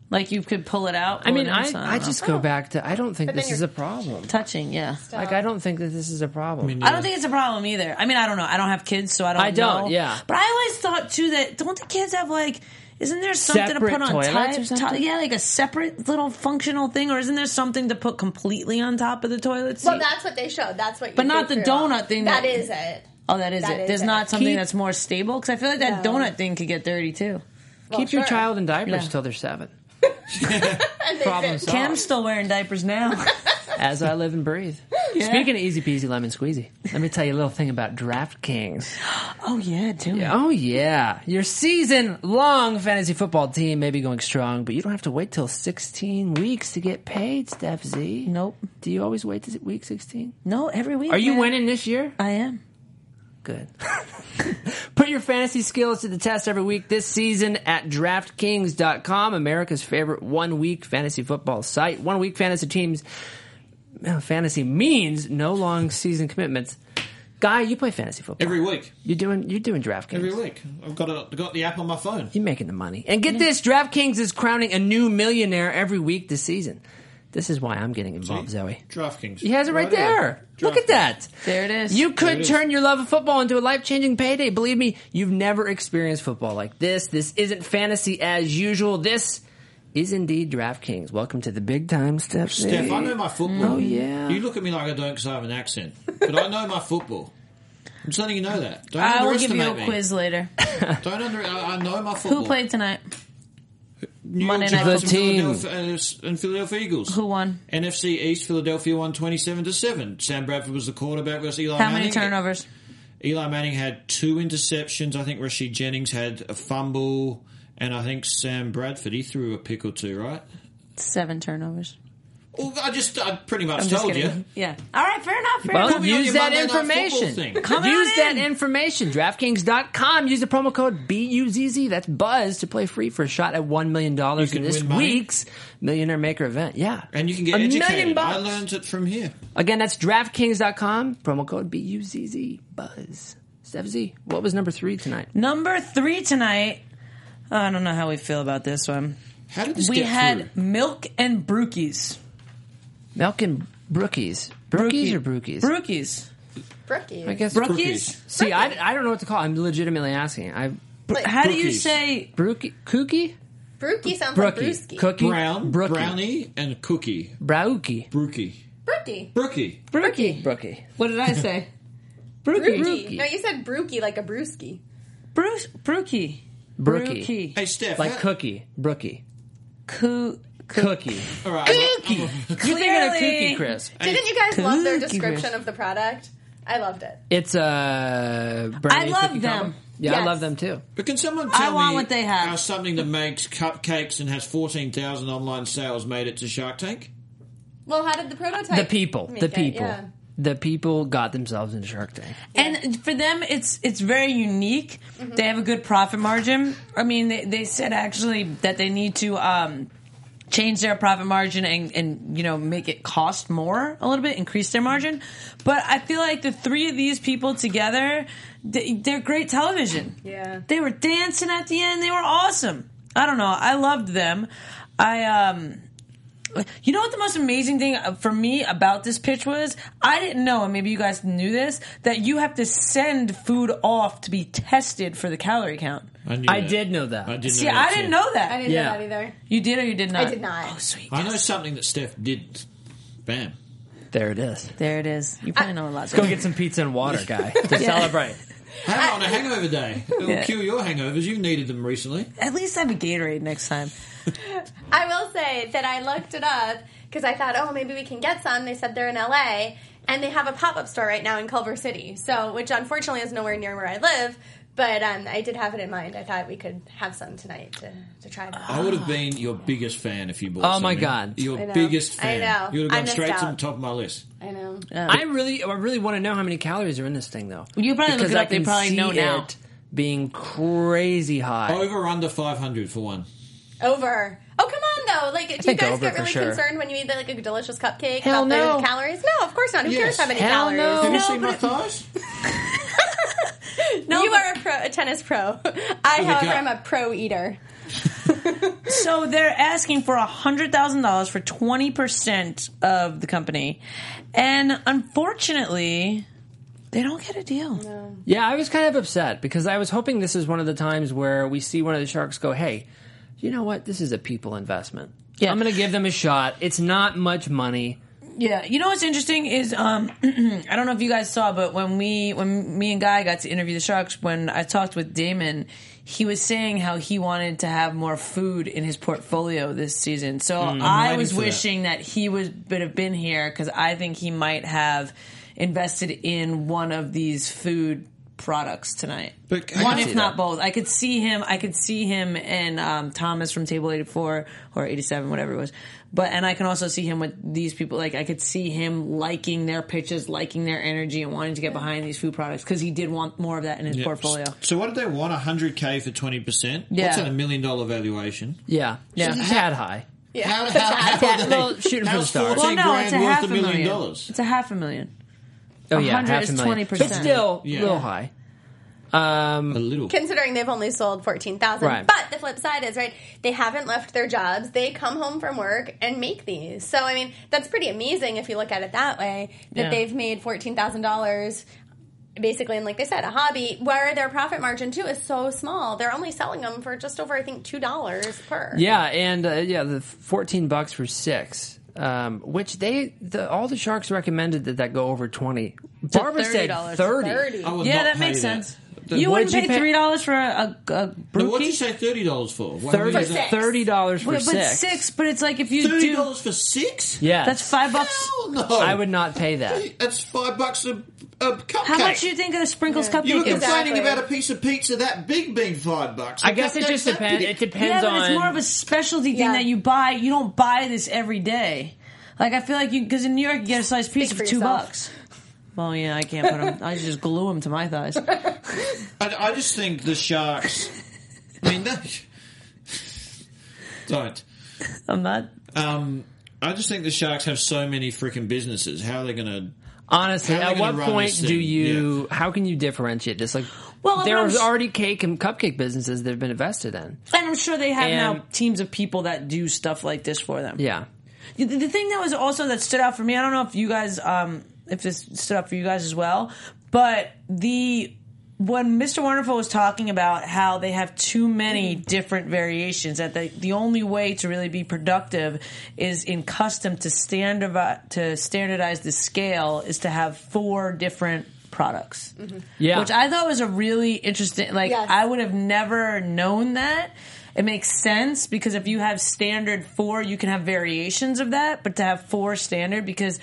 [SPEAKER 1] like you could pull it out.
[SPEAKER 3] I
[SPEAKER 1] pull
[SPEAKER 3] mean,
[SPEAKER 1] it in,
[SPEAKER 3] I,
[SPEAKER 1] so
[SPEAKER 3] I
[SPEAKER 1] don't
[SPEAKER 3] just
[SPEAKER 1] know.
[SPEAKER 3] go back to I don't think
[SPEAKER 2] But
[SPEAKER 3] this
[SPEAKER 2] then
[SPEAKER 3] is a
[SPEAKER 2] you're-
[SPEAKER 3] problem.
[SPEAKER 1] touching. Yeah,
[SPEAKER 3] Like I don't think that this is a problem.
[SPEAKER 1] I don't think it's a problem either. I mean, I don't know. I don't have kids, so I don't.
[SPEAKER 3] I don't,
[SPEAKER 1] know.
[SPEAKER 3] yeah.
[SPEAKER 1] but I always thought too that don't the kids have like. Isn't there something
[SPEAKER 3] Separate
[SPEAKER 1] to put on
[SPEAKER 3] toilets
[SPEAKER 1] top?
[SPEAKER 3] or something?
[SPEAKER 1] to- yeah, like a separate little functional thing, or isn't there something to put completely on top of the toilet seat?
[SPEAKER 2] Well, that's what they showed. That's what. You
[SPEAKER 1] But not
[SPEAKER 2] go
[SPEAKER 1] the
[SPEAKER 2] through.
[SPEAKER 1] donut thing
[SPEAKER 2] That
[SPEAKER 1] that-
[SPEAKER 2] is it.
[SPEAKER 1] oh, that is
[SPEAKER 2] that
[SPEAKER 1] it.
[SPEAKER 2] is
[SPEAKER 1] There's
[SPEAKER 2] it.
[SPEAKER 1] not something
[SPEAKER 3] Keep-
[SPEAKER 1] that's more stable because I feel like that
[SPEAKER 2] No.
[SPEAKER 1] donut thing could get dirty too.
[SPEAKER 2] Well,
[SPEAKER 3] Keep your
[SPEAKER 2] sure.
[SPEAKER 3] child in diapers
[SPEAKER 1] Yeah.
[SPEAKER 3] till they're seven.
[SPEAKER 2] And they
[SPEAKER 3] Problem
[SPEAKER 2] fit.
[SPEAKER 3] solved.
[SPEAKER 1] Cam's still wearing diapers now.
[SPEAKER 3] As I live and breathe. Speaking of easy peasy lemon squeezy, let me tell you a little thing about DraftKings.
[SPEAKER 1] oh yeah, too.
[SPEAKER 3] Oh yeah, your season-long fantasy football team may be going strong, but you don't have to wait till 16 weeks to get paid, Steph Z.
[SPEAKER 1] Nope.
[SPEAKER 3] Do you always wait to week 16?
[SPEAKER 1] No, every week.
[SPEAKER 3] Are you
[SPEAKER 1] man.
[SPEAKER 3] winning this year?
[SPEAKER 1] I am.
[SPEAKER 3] good. Put your fantasy skills to the test every week this season at DraftKings.com, America's favorite one week fantasy football site. One week fantasy teams. uh, Fantasy means no long season commitments. Guy, you play fantasy football
[SPEAKER 4] Every week.
[SPEAKER 3] You're doing you're doing DraftKings.
[SPEAKER 4] Every week. I've got, a, got the app on my phone.
[SPEAKER 3] You're making the money. And get this, DraftKings is crowning a new millionaire every week this season. This is why I'm getting involved, Zoe.
[SPEAKER 4] DraftKings.
[SPEAKER 3] He has it right, there. Look at
[SPEAKER 4] DraftKings.
[SPEAKER 3] that.
[SPEAKER 1] There it is.
[SPEAKER 3] You
[SPEAKER 4] it
[SPEAKER 3] could
[SPEAKER 4] is.
[SPEAKER 3] turn your love of football into a life changing payday. Believe me, you've never experienced football like this. This isn't fantasy as usual. This is indeed DraftKings. Welcome to the big time, Steph.
[SPEAKER 4] Steph, I know my football.
[SPEAKER 3] Oh, yeah.
[SPEAKER 4] You look at me like I don't because I have an accent, but I know my football. I'm just letting you know that. Don't
[SPEAKER 1] I will give
[SPEAKER 4] underestimate
[SPEAKER 1] you a
[SPEAKER 4] me.
[SPEAKER 1] quiz later.
[SPEAKER 4] Don't under. I, I know my football.
[SPEAKER 1] Who played tonight?
[SPEAKER 4] New York
[SPEAKER 1] Monday Night
[SPEAKER 4] Giants
[SPEAKER 3] Football? The
[SPEAKER 4] and Philadelphia- uh, and Philadelphia Eagles?
[SPEAKER 1] Who won?
[SPEAKER 4] NFC East Philadelphia won 27 to 7. Sam Bradford was the quarterback versus
[SPEAKER 3] Oh,
[SPEAKER 4] Eli
[SPEAKER 1] How
[SPEAKER 4] Manning.
[SPEAKER 1] many turnovers?
[SPEAKER 4] Eli Manning had two interceptions. I think Rashid Jennings had a fumble, and I think Sam Bradford he threw a pick or two, right?
[SPEAKER 1] Seven turnovers.
[SPEAKER 4] Well, I just I pretty much
[SPEAKER 1] I'm just
[SPEAKER 4] told
[SPEAKER 1] kidding.
[SPEAKER 4] you.
[SPEAKER 1] Yeah. All right. Fair enough. Fair
[SPEAKER 3] Well,
[SPEAKER 1] enough.
[SPEAKER 4] on
[SPEAKER 3] use
[SPEAKER 4] your
[SPEAKER 3] that
[SPEAKER 4] Monday Night Football
[SPEAKER 3] information.
[SPEAKER 4] thing.
[SPEAKER 1] Come on
[SPEAKER 3] use that
[SPEAKER 1] in.
[SPEAKER 3] information. DraftKings.com. Use the promo code BUZZ. That's Buzz to play free for a shot at $1 million in
[SPEAKER 4] can
[SPEAKER 3] this
[SPEAKER 4] win money.
[SPEAKER 3] week's Millionaire Maker event. Yeah.
[SPEAKER 4] And you can get
[SPEAKER 3] a
[SPEAKER 4] educated.
[SPEAKER 3] million
[SPEAKER 4] I
[SPEAKER 3] bucks.
[SPEAKER 4] learned it from here.
[SPEAKER 3] Again, that's DraftKings.com. Promo code BUZZ. Buzz. Steph Z, what was number three tonight?
[SPEAKER 1] Number three tonight. Oh, I don't know how we feel about this one.
[SPEAKER 4] How did this
[SPEAKER 1] We
[SPEAKER 4] get
[SPEAKER 1] had
[SPEAKER 4] through?
[SPEAKER 1] milk and brookies.
[SPEAKER 3] Melkin Brookies. Brookies or Brookies?
[SPEAKER 1] Brookies.
[SPEAKER 2] Brookies.
[SPEAKER 3] I guess
[SPEAKER 1] Brookies.
[SPEAKER 3] See, I, I don't know what to call it. I'm legitimately asking. I
[SPEAKER 1] How do you
[SPEAKER 4] Brookies.
[SPEAKER 1] say
[SPEAKER 3] Brookie? Kookie?
[SPEAKER 2] Brookie sounds like
[SPEAKER 3] Brookie.
[SPEAKER 2] brewski.
[SPEAKER 3] Cookie?
[SPEAKER 4] Brown,
[SPEAKER 3] Brookie.
[SPEAKER 4] brownie, and cookie.
[SPEAKER 3] Brookie.
[SPEAKER 4] Brookie.
[SPEAKER 2] Brookie.
[SPEAKER 4] Brookie.
[SPEAKER 2] Brookie.
[SPEAKER 3] Brookie.
[SPEAKER 1] what did I say?
[SPEAKER 3] Brookie.
[SPEAKER 2] Brookie. No, you said brookie like a brewski.
[SPEAKER 1] Bruce Brookie.
[SPEAKER 3] Brookie.
[SPEAKER 4] Hey, Steph.
[SPEAKER 3] Like
[SPEAKER 4] how-
[SPEAKER 3] cookie. Brookie.
[SPEAKER 1] Coo-
[SPEAKER 3] Cookie.
[SPEAKER 4] All right, I'm- I'm-
[SPEAKER 3] You're thinking of
[SPEAKER 1] Clearly.
[SPEAKER 3] Cookie Crisp.
[SPEAKER 2] Didn't you guys love their
[SPEAKER 1] Cookie
[SPEAKER 2] description of the product? I loved it.
[SPEAKER 3] It's uh, brownie
[SPEAKER 1] I love
[SPEAKER 3] cookie
[SPEAKER 1] them.
[SPEAKER 3] crumble. Yeah, I
[SPEAKER 2] Yes.
[SPEAKER 3] love them too.
[SPEAKER 4] But can someone tell
[SPEAKER 1] want
[SPEAKER 4] me
[SPEAKER 1] what they have.
[SPEAKER 4] how something that makes cupcakes and has 14,000 online sales made it to Shark Tank?
[SPEAKER 2] Well, how did the prototype?
[SPEAKER 3] The people.
[SPEAKER 2] make
[SPEAKER 3] The
[SPEAKER 2] it?
[SPEAKER 3] people.
[SPEAKER 2] Yeah.
[SPEAKER 3] The people got themselves in Shark Tank.
[SPEAKER 1] And for them, it's it's very unique. They have a good profit margin. I mean, they, they said actually that they need to um, change their profit margin and, and you know make it cost more a little bit, increase their margin. But I feel like the three of these people together, they, they're great television.
[SPEAKER 2] Yeah.
[SPEAKER 1] they were dancing at the end. They were awesome. I don't know. I loved them. I um. You know what the most amazing thing uh, for me about this pitch was? I didn't know, and maybe you guys knew this, that you have to send food off to be tested for the calorie count.
[SPEAKER 4] knew
[SPEAKER 3] I
[SPEAKER 4] that.
[SPEAKER 3] did know that.
[SPEAKER 4] I did
[SPEAKER 1] See,
[SPEAKER 4] know that
[SPEAKER 1] I didn't
[SPEAKER 4] too.
[SPEAKER 1] know that.
[SPEAKER 2] I didn't
[SPEAKER 3] Yeah.
[SPEAKER 2] know that either.
[SPEAKER 1] You did or you did not?
[SPEAKER 2] I did not.
[SPEAKER 1] Oh, sweet.
[SPEAKER 4] I know something that Steph did. Bam.
[SPEAKER 3] There it is.
[SPEAKER 1] There it is. You probably know a lot.
[SPEAKER 3] Go get some pizza and water, guy, to celebrate.
[SPEAKER 4] Have it on a hangover day. It'll
[SPEAKER 1] Yeah.
[SPEAKER 4] cure your hangovers. You've needed them recently.
[SPEAKER 1] At least have a Gatorade next time.
[SPEAKER 2] I will say that I looked it up because I thought, oh, maybe we can get some. They said they're in LA and they have a pop up store right now in Culver City, so which unfortunately is nowhere near where I live. But um, I did have it in mind. I thought we could have some tonight to, to try them.
[SPEAKER 4] I would have been your biggest fan if you bought
[SPEAKER 3] Oh, my
[SPEAKER 4] something.
[SPEAKER 3] God.
[SPEAKER 4] Your
[SPEAKER 2] I know.
[SPEAKER 4] biggest
[SPEAKER 2] I
[SPEAKER 4] fan.
[SPEAKER 2] know.
[SPEAKER 4] You would
[SPEAKER 2] I
[SPEAKER 4] have gone
[SPEAKER 2] missed
[SPEAKER 4] straight to
[SPEAKER 2] out.
[SPEAKER 4] the top of my list.
[SPEAKER 2] I know.
[SPEAKER 3] I really, I really want to know how many calories are in this thing, though.
[SPEAKER 1] Um, You probably look
[SPEAKER 3] because
[SPEAKER 1] it
[SPEAKER 3] I
[SPEAKER 1] up. They
[SPEAKER 3] can
[SPEAKER 1] probably
[SPEAKER 3] see
[SPEAKER 1] know now.
[SPEAKER 3] it being crazy high.
[SPEAKER 4] Over or under 500 for one.
[SPEAKER 2] Over. Oh come on though! Like, do you
[SPEAKER 3] think
[SPEAKER 2] guys
[SPEAKER 3] over
[SPEAKER 2] get
[SPEAKER 3] for
[SPEAKER 2] really
[SPEAKER 3] sure.
[SPEAKER 2] concerned when you eat like a delicious cupcake?
[SPEAKER 3] Hell
[SPEAKER 2] about the
[SPEAKER 3] no.
[SPEAKER 2] calories? No, of course not. Who cares
[SPEAKER 4] Yes.
[SPEAKER 2] how many
[SPEAKER 3] Hell
[SPEAKER 2] calories?
[SPEAKER 3] no.
[SPEAKER 4] Have you
[SPEAKER 3] No,
[SPEAKER 4] seen my thighs?
[SPEAKER 2] No, you are a, pro, a tennis pro.
[SPEAKER 3] Oh
[SPEAKER 2] I, however,
[SPEAKER 4] God.
[SPEAKER 2] am a pro eater.
[SPEAKER 1] So they're asking for $100,000 for 20% of the company. And unfortunately, they don't get a deal.
[SPEAKER 3] Yeah, I was kind of upset because I was hoping this is one of the times where we see one of the sharks go, "Hey, you know what? This is a people investment.
[SPEAKER 1] Yeah.
[SPEAKER 3] I'm going to give them a shot. It's not much money.
[SPEAKER 1] Yeah, you know what's interesting is um, I don't know if you guys saw, but when we when me and Guy got to interview the sharks, when I talked with Damon, he was saying how he wanted to have more food in his portfolio this season. So I
[SPEAKER 4] waiting
[SPEAKER 1] was
[SPEAKER 4] Mm, for that.
[SPEAKER 1] wishing that, he would would have been here because I think he might have invested in one of these food products tonight.
[SPEAKER 4] But I
[SPEAKER 1] One,
[SPEAKER 4] can
[SPEAKER 1] if
[SPEAKER 4] see
[SPEAKER 1] not
[SPEAKER 4] that.
[SPEAKER 1] both. I could see him. I could see him and um, Thomas from Table eighty four or eighty seven, whatever it was. But and I can also see him with these people. Like I could see him liking their pitches, liking their energy, and wanting to get behind these food products because he did want more of that in his
[SPEAKER 4] Yeah.
[SPEAKER 1] portfolio.
[SPEAKER 4] So what did they want? 100k for 20%?
[SPEAKER 1] Yeah.
[SPEAKER 4] What's that, a million dollar valuation?
[SPEAKER 3] Yeah, yeah,
[SPEAKER 1] So-
[SPEAKER 3] tad high.
[SPEAKER 2] Yeah.
[SPEAKER 4] How, how, how,
[SPEAKER 3] Yeah,
[SPEAKER 4] are they-
[SPEAKER 3] well, shooting for the
[SPEAKER 4] how's
[SPEAKER 3] stars.
[SPEAKER 4] 14
[SPEAKER 1] Well, no,
[SPEAKER 4] grand
[SPEAKER 1] it's a
[SPEAKER 4] worth
[SPEAKER 1] half
[SPEAKER 4] a million dollars.
[SPEAKER 1] It's a half a million.
[SPEAKER 3] Oh yeah,
[SPEAKER 1] 100
[SPEAKER 3] half
[SPEAKER 1] is
[SPEAKER 3] a million.
[SPEAKER 1] 20%.
[SPEAKER 3] But still,
[SPEAKER 4] Yeah.
[SPEAKER 3] a little high.
[SPEAKER 4] A little.
[SPEAKER 2] Considering they've only sold 14,000.
[SPEAKER 3] Right.
[SPEAKER 2] But the flip side is, right, they haven't left their jobs. They come home from work and make these. So, I mean, that's pretty amazing if you look at it that way, that
[SPEAKER 1] Yeah.
[SPEAKER 2] they've made $14,000 basically, and like they said, a hobby, where their profit margin, too, is so small. They're only selling them for just over, I think, $2 per.
[SPEAKER 3] Yeah, and uh, yeah, the fourteen bucks for six. Um, which they the, all the sharks recommended that that go over twenty. Barbara said
[SPEAKER 1] $30.
[SPEAKER 3] thirty.
[SPEAKER 4] I would
[SPEAKER 1] Yeah,
[SPEAKER 4] not
[SPEAKER 1] that
[SPEAKER 4] pay
[SPEAKER 1] makes
[SPEAKER 4] that.
[SPEAKER 1] sense.
[SPEAKER 4] The-
[SPEAKER 1] you
[SPEAKER 3] what'd
[SPEAKER 1] wouldn't
[SPEAKER 3] you
[SPEAKER 1] pay
[SPEAKER 3] pay-
[SPEAKER 1] three dollars for a, a, a
[SPEAKER 4] No, what did
[SPEAKER 1] brewkey?
[SPEAKER 4] you say thirty dollars for? Why
[SPEAKER 3] Thirty
[SPEAKER 4] would you
[SPEAKER 2] For
[SPEAKER 4] do
[SPEAKER 2] six.
[SPEAKER 4] that?
[SPEAKER 3] thirty dollars for
[SPEAKER 1] Wait, but
[SPEAKER 3] six.
[SPEAKER 1] six. But it's like if you
[SPEAKER 4] Thirty
[SPEAKER 1] do,
[SPEAKER 4] dollars for six?
[SPEAKER 3] Yes.
[SPEAKER 1] that's five bucks.
[SPEAKER 4] Hell no.
[SPEAKER 3] I would not pay that.
[SPEAKER 4] That's five bucks a, a cupcake.
[SPEAKER 1] How much do you think of the sprinkles cupcake?
[SPEAKER 4] You were
[SPEAKER 1] is?
[SPEAKER 4] complaining
[SPEAKER 2] Exactly.
[SPEAKER 4] about a piece of pizza that big being five bucks.
[SPEAKER 3] I
[SPEAKER 4] A
[SPEAKER 3] guess it
[SPEAKER 4] cupcake's
[SPEAKER 3] just
[SPEAKER 4] that
[SPEAKER 3] depends.
[SPEAKER 4] big.
[SPEAKER 3] It depends
[SPEAKER 1] Yeah, but
[SPEAKER 3] on.
[SPEAKER 1] it's more of a specialty thing
[SPEAKER 2] Yeah.
[SPEAKER 1] that you buy. You don't buy this every day. Like I feel like you because in New York you get a sliced pizza
[SPEAKER 2] for
[SPEAKER 1] for two
[SPEAKER 2] yourself.
[SPEAKER 1] bucks. Well, yeah, I can't put them. I just glue them to my thighs.
[SPEAKER 4] I, I just think the sharks. I mean, that, don't.
[SPEAKER 1] I'm not.
[SPEAKER 4] Um, I just think the sharks have so many freaking businesses. How are they going to?
[SPEAKER 3] honestly,
[SPEAKER 4] How are they
[SPEAKER 3] at
[SPEAKER 4] gonna
[SPEAKER 3] what
[SPEAKER 4] run
[SPEAKER 3] point
[SPEAKER 4] this
[SPEAKER 3] do
[SPEAKER 4] thing?
[SPEAKER 3] you? How can you differentiate this? Like,
[SPEAKER 1] Well, but
[SPEAKER 3] there
[SPEAKER 1] I'm
[SPEAKER 3] was
[SPEAKER 1] s-
[SPEAKER 3] already cake and cupcake businesses that have been invested in.
[SPEAKER 1] And I'm sure they have now
[SPEAKER 3] And-
[SPEAKER 1] teams of people that do stuff like this for them.
[SPEAKER 3] Yeah,
[SPEAKER 1] The, the thing that was also that stood out for me, I don't know if you guys, um, if this stood out for you guys as well, but the when Mr. Wonderful was talking about how they have too many different variations, that the, the only way to really be productive is in custom to standardize to standardize the scale is to have four different products.
[SPEAKER 3] yeah.
[SPEAKER 1] Which I thought was a really interesting. Like
[SPEAKER 2] Yes.
[SPEAKER 1] I would have never known that. It makes sense because if you have standard four, you can have variations of that. But to have four standard because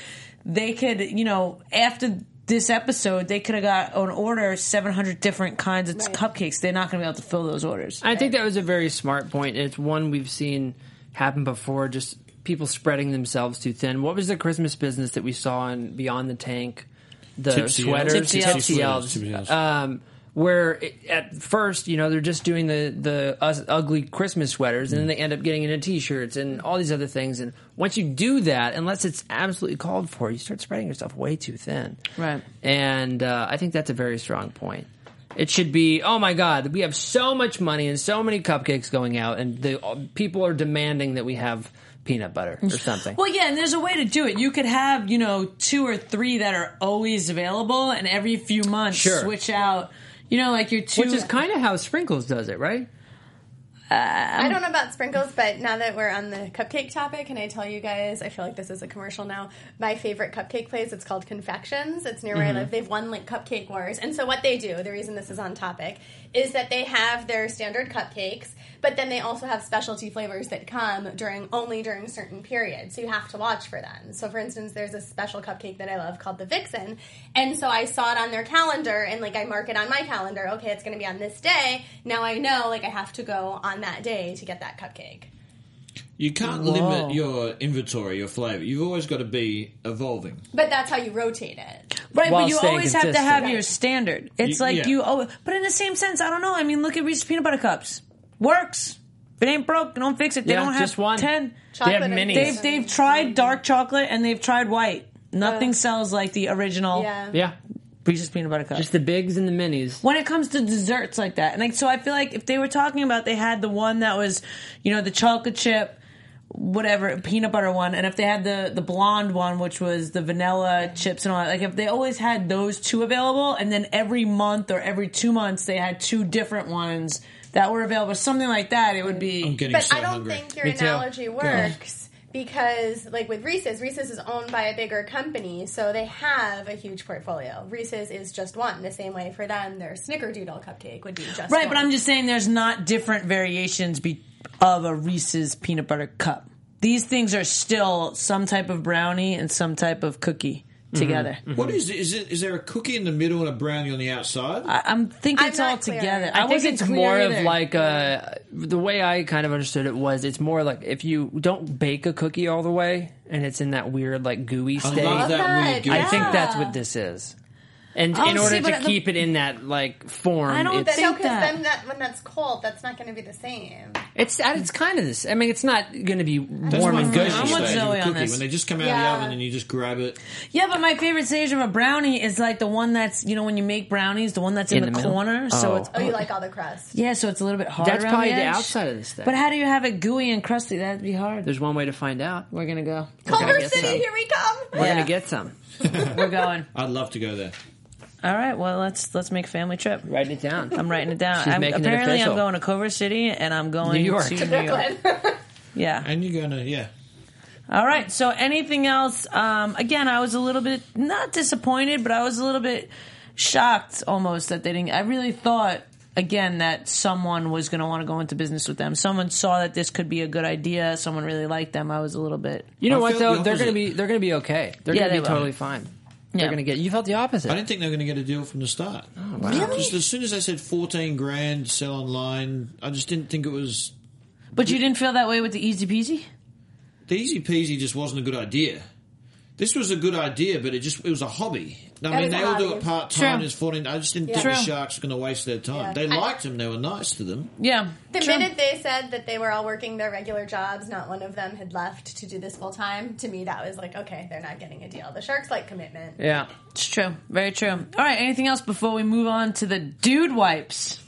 [SPEAKER 1] they could, you know, after this episode, they could have got on order seven hundred different kinds of cupcakes. They're not going to be able to fill those orders.
[SPEAKER 3] I think that was a very smart point. It's one we've seen happen before, just people spreading themselves too thin. What was the Christmas business that we saw in Beyond the Tank? The
[SPEAKER 4] Tipsy elves.
[SPEAKER 3] sweaters,
[SPEAKER 1] Tipsy elves.
[SPEAKER 3] Tipsy elves.
[SPEAKER 4] Tipsy elves.
[SPEAKER 3] Um, where it, at first, you know, they're just doing the the us ugly Christmas sweaters, and then they end up getting into t-shirts and all these other things. And once you do that, unless it's absolutely called for, you start spreading yourself way too thin.
[SPEAKER 1] Right.
[SPEAKER 3] And uh, I think that's a very strong point. It should be, oh my God, we have so much money and so many cupcakes going out, and the uh, people are demanding that we have peanut butter or something.
[SPEAKER 1] Well, yeah, and there's a way to do it. You could have, you know, two or three that are always available, and every few months
[SPEAKER 3] Sure.
[SPEAKER 1] switch out. You know, like your two.
[SPEAKER 3] Which is kind of how Sprinkles does it, right?
[SPEAKER 2] I don't know about sprinkles, but now that we're on the cupcake topic, can I tell you guys? I feel like this is a commercial now. My favorite cupcake place. It's called Confections. It's near where I live. They've won like cupcake wars, and so what they do, the reason this is on topic, is that they have their standard cupcakes, but then they also have specialty flavors that come during only during certain periods. So you have to watch for them. So for instance, there's a special cupcake that I love called the Vixen, and so I saw it on their calendar, and like I mark it on my calendar. Okay, it's going to be on this day. Now I know like I have to go on that day to get that cupcake.
[SPEAKER 4] You can't limit your inventory, your flavor. You've always got to be evolving.
[SPEAKER 2] But that's how you rotate it.
[SPEAKER 1] Right,
[SPEAKER 3] while
[SPEAKER 1] but you
[SPEAKER 3] staying
[SPEAKER 1] always have to
[SPEAKER 3] consistent.
[SPEAKER 1] have your standard. It's
[SPEAKER 4] Y-
[SPEAKER 1] like
[SPEAKER 4] yeah.
[SPEAKER 1] you. Oh, but in the same sense, I don't know. I mean, look at Reese's peanut butter cups. Works. If it ain't broke, don't fix it. They
[SPEAKER 3] Yeah,
[SPEAKER 1] don't have
[SPEAKER 3] just one.
[SPEAKER 1] ten.
[SPEAKER 3] They have
[SPEAKER 2] Chocolate and
[SPEAKER 3] minis.
[SPEAKER 1] They've they've tried dark chocolate and they've tried white. Nothing sells like the original
[SPEAKER 2] Yeah.
[SPEAKER 3] yeah.
[SPEAKER 1] Reese's peanut butter cup.
[SPEAKER 3] Just the bigs and the minis.
[SPEAKER 1] when it comes to desserts like that, and like so, I feel like if they were talking about, they had the one that was, you know, the chocolate chip, whatever peanut butter one, and if they had the the blonde one, which was the vanilla chips and all that. Like if they always had those two available, and then every month or every two months they had two different ones that were available, something like that, it would
[SPEAKER 4] I'm
[SPEAKER 1] be.
[SPEAKER 4] getting
[SPEAKER 2] But
[SPEAKER 4] so
[SPEAKER 2] I don't
[SPEAKER 4] hungry.
[SPEAKER 2] think your
[SPEAKER 3] Me too.
[SPEAKER 2] analogy works because, like with Reese's, Reese's is owned by a bigger company, so they have a huge portfolio. Reese's is just one. The same way for them, their Snickerdoodle cupcake would be just
[SPEAKER 1] Right, but
[SPEAKER 2] one.
[SPEAKER 1] I'm just saying there's not different variations be- of a Reese's peanut butter cup. These things are still some type of brownie and some type of cookie. together.
[SPEAKER 4] What is it? Is, it, is there a cookie in the middle and a brownie on the outside?
[SPEAKER 1] I, I'm thinking
[SPEAKER 2] I'm
[SPEAKER 1] it's
[SPEAKER 2] not
[SPEAKER 1] all
[SPEAKER 2] clear.
[SPEAKER 1] together.
[SPEAKER 2] I
[SPEAKER 3] I think
[SPEAKER 1] wasn't
[SPEAKER 3] it's
[SPEAKER 1] clear
[SPEAKER 3] more
[SPEAKER 1] either.
[SPEAKER 3] of like a the way I kind of understood it was it's more like if you don't bake a cookie all the way and it's in that weird like gooey
[SPEAKER 4] I
[SPEAKER 3] state.
[SPEAKER 4] love that
[SPEAKER 2] that.
[SPEAKER 4] weird gooey
[SPEAKER 3] I think
[SPEAKER 2] Yeah.
[SPEAKER 3] that's what this is. And in
[SPEAKER 1] Oh, see,
[SPEAKER 3] order
[SPEAKER 1] but
[SPEAKER 3] to
[SPEAKER 1] the-
[SPEAKER 3] keep it in that like form,
[SPEAKER 1] I don't
[SPEAKER 3] it's,
[SPEAKER 2] But no,
[SPEAKER 1] Think
[SPEAKER 2] because
[SPEAKER 1] that.
[SPEAKER 2] then that, when that's cold, that's not going to be the same.
[SPEAKER 3] it's at it's kind of this. I mean, it's not going to be
[SPEAKER 4] That's
[SPEAKER 3] warm
[SPEAKER 4] my
[SPEAKER 3] and
[SPEAKER 4] go-to
[SPEAKER 1] I'm
[SPEAKER 3] gooey.
[SPEAKER 1] with
[SPEAKER 4] stage of a
[SPEAKER 1] Zoe on
[SPEAKER 4] cookie,
[SPEAKER 1] this.
[SPEAKER 4] When they just come out
[SPEAKER 2] Yeah.
[SPEAKER 4] of the oven and you just grab it.
[SPEAKER 1] Yeah, but my favorite stage of a brownie is like the one that's you know when you make brownies, the one that's in,
[SPEAKER 3] In
[SPEAKER 1] the,
[SPEAKER 3] the middle?
[SPEAKER 1] corner. So
[SPEAKER 3] Oh.
[SPEAKER 1] it's
[SPEAKER 2] Oh, you like all the crust.
[SPEAKER 1] yeah, so it's a little bit hard.
[SPEAKER 3] That's
[SPEAKER 1] around
[SPEAKER 3] probably
[SPEAKER 1] the,
[SPEAKER 3] the
[SPEAKER 1] edge.
[SPEAKER 3] outside of this thing.
[SPEAKER 1] But how do you have it gooey and crusty? That'd be hard.
[SPEAKER 3] There's one way to find out. We're gonna go. We're
[SPEAKER 2] Culver
[SPEAKER 3] gonna get
[SPEAKER 2] City,
[SPEAKER 3] some.
[SPEAKER 2] here we come.
[SPEAKER 3] We're
[SPEAKER 1] Yeah.
[SPEAKER 3] gonna get some.
[SPEAKER 1] We're going.
[SPEAKER 4] I'd love to go there.
[SPEAKER 1] All right. Well, let's let's make a family trip.
[SPEAKER 3] Write it down.
[SPEAKER 1] I'm writing it down.
[SPEAKER 3] She's
[SPEAKER 1] I'm,
[SPEAKER 3] making it
[SPEAKER 1] apparently, I'm
[SPEAKER 3] official.
[SPEAKER 1] going to Culver City and I'm going
[SPEAKER 3] New York.
[SPEAKER 1] to
[SPEAKER 3] To
[SPEAKER 1] New York. Yeah.
[SPEAKER 4] And you're gonna, yeah.
[SPEAKER 1] All right. So anything else? Um, again, I was a little bit not disappointed, but I was a little bit shocked almost that they didn't. I really thought again that someone was going to want to go into business with them. Someone saw that this could be a good idea. Someone really liked them. I was a little bit.
[SPEAKER 3] You know
[SPEAKER 4] I
[SPEAKER 3] what
[SPEAKER 4] felt
[SPEAKER 3] though?
[SPEAKER 4] the
[SPEAKER 3] they're gonna
[SPEAKER 4] opposite.
[SPEAKER 3] be they're gonna be okay. They're
[SPEAKER 1] Yeah,
[SPEAKER 3] gonna
[SPEAKER 1] they
[SPEAKER 3] be
[SPEAKER 1] will.
[SPEAKER 3] totally fine. They're
[SPEAKER 1] Yeah.
[SPEAKER 3] gonna get. You felt the opposite.
[SPEAKER 4] I didn't think they were going to get a deal from the start.
[SPEAKER 2] Oh,
[SPEAKER 4] Just as soon as I said fourteen grand sell online, I just didn't think it was
[SPEAKER 1] But you didn't feel that way with the easy peasy.
[SPEAKER 4] the easy peasy. Just wasn't a good idea. This was a good idea, but it just it was a hobby. I mean,
[SPEAKER 2] was a
[SPEAKER 4] they all do
[SPEAKER 2] hobby.
[SPEAKER 4] it part time.
[SPEAKER 1] True.
[SPEAKER 4] It's fourteen. I just didn't think
[SPEAKER 1] True.
[SPEAKER 4] the sharks were going to waste their time.
[SPEAKER 2] Yeah.
[SPEAKER 4] They
[SPEAKER 2] I-
[SPEAKER 4] liked them. They were nice to them.
[SPEAKER 1] Yeah.
[SPEAKER 2] The
[SPEAKER 1] Sure.
[SPEAKER 2] minute they said that they were all working their regular jobs, not one of them had left to do this full time. To me, that was like, okay, they're not getting a deal. The sharks like commitment.
[SPEAKER 3] yeah.
[SPEAKER 1] It's true. Very true. All right. Anything else before we move on to the dude wipes?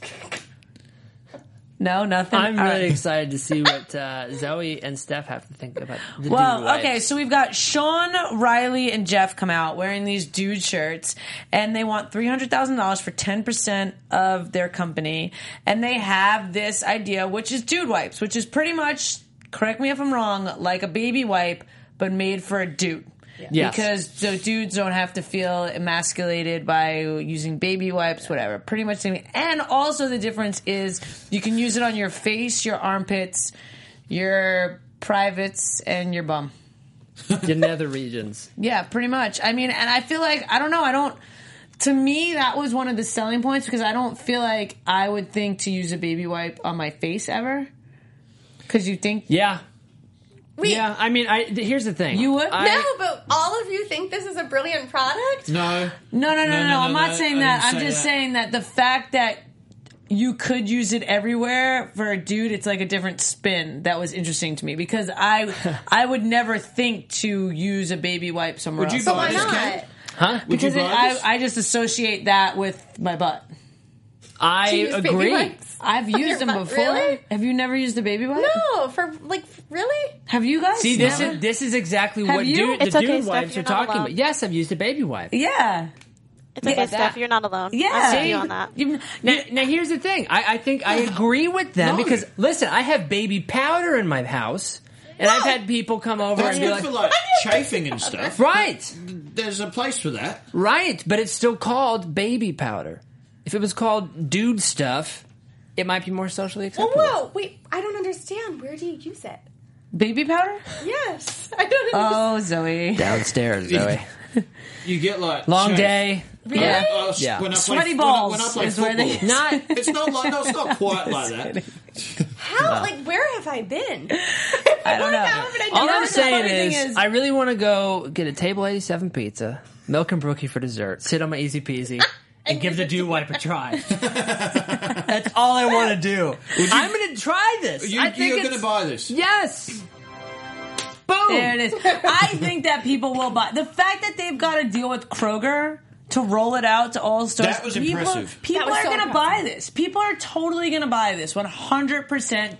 [SPEAKER 1] No, nothing.
[SPEAKER 3] I'm
[SPEAKER 1] All
[SPEAKER 3] really
[SPEAKER 1] right.
[SPEAKER 3] excited to see what uh, Zoe and Steph have to think about. The dude
[SPEAKER 1] Well,
[SPEAKER 3] wipes.
[SPEAKER 1] okay, so we've got Sean, Riley, and Jeff come out wearing these dude shirts, and they want three hundred thousand dollars for ten percent of their company, and they have this idea, which is dude wipes, which is pretty much, correct me if I'm wrong, like a baby wipe, but made for a dude.
[SPEAKER 3] Yes.
[SPEAKER 1] Because so dudes don't have to feel emasculated by using baby wipes, whatever. Pretty much the same. And also the difference is you can use it on your face, your armpits, your privates and your bum.
[SPEAKER 3] your nether regions.
[SPEAKER 1] Yeah, pretty much. I mean, and I feel like I don't know. I don't. To me, that was one of the selling points because I don't feel like I would think to use a baby wipe on my face ever. Because you think
[SPEAKER 3] Yeah. yeah, I mean, I th- here's the thing.
[SPEAKER 1] You would?
[SPEAKER 3] I,
[SPEAKER 2] No, but all of you think this is a brilliant product?
[SPEAKER 4] No,
[SPEAKER 1] no, no, no, no. no,
[SPEAKER 4] no, no,
[SPEAKER 1] I'm not
[SPEAKER 4] no,
[SPEAKER 1] saying
[SPEAKER 4] I
[SPEAKER 1] that.
[SPEAKER 4] didn't
[SPEAKER 1] I'm
[SPEAKER 4] say
[SPEAKER 1] just
[SPEAKER 4] that.
[SPEAKER 1] saying that the fact that you could use it everywhere for a dude, it's like a different spin. That was interesting to me because I I would never think to use a baby wipe somewhere
[SPEAKER 4] Would you
[SPEAKER 1] else.
[SPEAKER 4] buy
[SPEAKER 2] Why
[SPEAKER 4] this,
[SPEAKER 2] not?
[SPEAKER 4] Ken?
[SPEAKER 3] huh?
[SPEAKER 4] Would you
[SPEAKER 1] because it,
[SPEAKER 4] buy
[SPEAKER 1] I,
[SPEAKER 4] this?
[SPEAKER 1] I just associate that with my butt.
[SPEAKER 3] I
[SPEAKER 2] To use baby
[SPEAKER 3] agree.
[SPEAKER 2] wipes?
[SPEAKER 1] I've used
[SPEAKER 2] your
[SPEAKER 1] them
[SPEAKER 2] butt,
[SPEAKER 1] before.
[SPEAKER 2] really?
[SPEAKER 1] Have you never used a baby wipe?
[SPEAKER 2] No, for like really?
[SPEAKER 1] Have you guys?
[SPEAKER 3] See, this
[SPEAKER 1] Never?
[SPEAKER 3] is this is exactly
[SPEAKER 1] Have
[SPEAKER 3] what
[SPEAKER 1] you?
[SPEAKER 3] dude,
[SPEAKER 6] It's
[SPEAKER 3] the
[SPEAKER 6] okay,
[SPEAKER 3] dude
[SPEAKER 6] Steph,
[SPEAKER 3] wipes
[SPEAKER 6] you're
[SPEAKER 3] are
[SPEAKER 6] not
[SPEAKER 3] talking
[SPEAKER 6] alone.
[SPEAKER 3] about. Yes, I've used a baby wipe.
[SPEAKER 1] yeah,
[SPEAKER 6] It's okay,
[SPEAKER 1] Yeah,
[SPEAKER 6] Steph.
[SPEAKER 1] that-
[SPEAKER 6] You're not alone.
[SPEAKER 1] yeah.
[SPEAKER 6] I'm with you on that.
[SPEAKER 1] You-
[SPEAKER 3] Now, now here's the thing. I, I think I agree with them
[SPEAKER 4] No.
[SPEAKER 3] because listen, I have baby powder in my house, and I've had people come over
[SPEAKER 4] That's
[SPEAKER 3] and be like,
[SPEAKER 4] good for like chafing and stuff.
[SPEAKER 3] right,
[SPEAKER 4] There's a place for that.
[SPEAKER 3] right, but it's still called baby powder. If it was called dude stuff, it might be more socially
[SPEAKER 2] Well,
[SPEAKER 3] acceptable.
[SPEAKER 2] Oh, whoa, wait, I don't understand. Where do you use it?
[SPEAKER 1] baby powder.
[SPEAKER 2] Yes, Uh, I don't understand.
[SPEAKER 1] Oh, Zoe.
[SPEAKER 3] Downstairs, Zoe.
[SPEAKER 4] You get like
[SPEAKER 3] Long
[SPEAKER 4] chafe.
[SPEAKER 3] day.
[SPEAKER 1] Yeah.
[SPEAKER 4] Uh, s-
[SPEAKER 3] Yeah.
[SPEAKER 4] When I play,
[SPEAKER 1] Sweaty
[SPEAKER 4] when I- When I,
[SPEAKER 1] balls
[SPEAKER 4] play
[SPEAKER 1] is where
[SPEAKER 4] football,
[SPEAKER 1] they-
[SPEAKER 3] Not
[SPEAKER 4] it's not like no, it's not quite like that.
[SPEAKER 2] How? Like, where have I been?
[SPEAKER 1] I don't know.
[SPEAKER 2] How have I
[SPEAKER 3] All
[SPEAKER 2] done
[SPEAKER 3] I'm
[SPEAKER 2] this?
[SPEAKER 3] saying
[SPEAKER 1] funny thing
[SPEAKER 3] is,
[SPEAKER 1] is-
[SPEAKER 3] I really want to go get a table 87 pizza, milk and brookie for dessert, sit on my easy peasy, and give the dew wipe a try. That's all I want to do. I'm going to try this.
[SPEAKER 4] You,
[SPEAKER 3] I think
[SPEAKER 4] you're going to
[SPEAKER 3] it's-
[SPEAKER 4] buy this.
[SPEAKER 3] Yes. Boom.
[SPEAKER 1] There it is. I think that people will buy the fact that they've got to deal with Kroger to roll it out to all stores.
[SPEAKER 4] That was
[SPEAKER 1] people,
[SPEAKER 4] impressive.
[SPEAKER 1] People
[SPEAKER 2] That was
[SPEAKER 1] are
[SPEAKER 2] so
[SPEAKER 1] going to buy this. People are totally going to buy this. One hundred percent.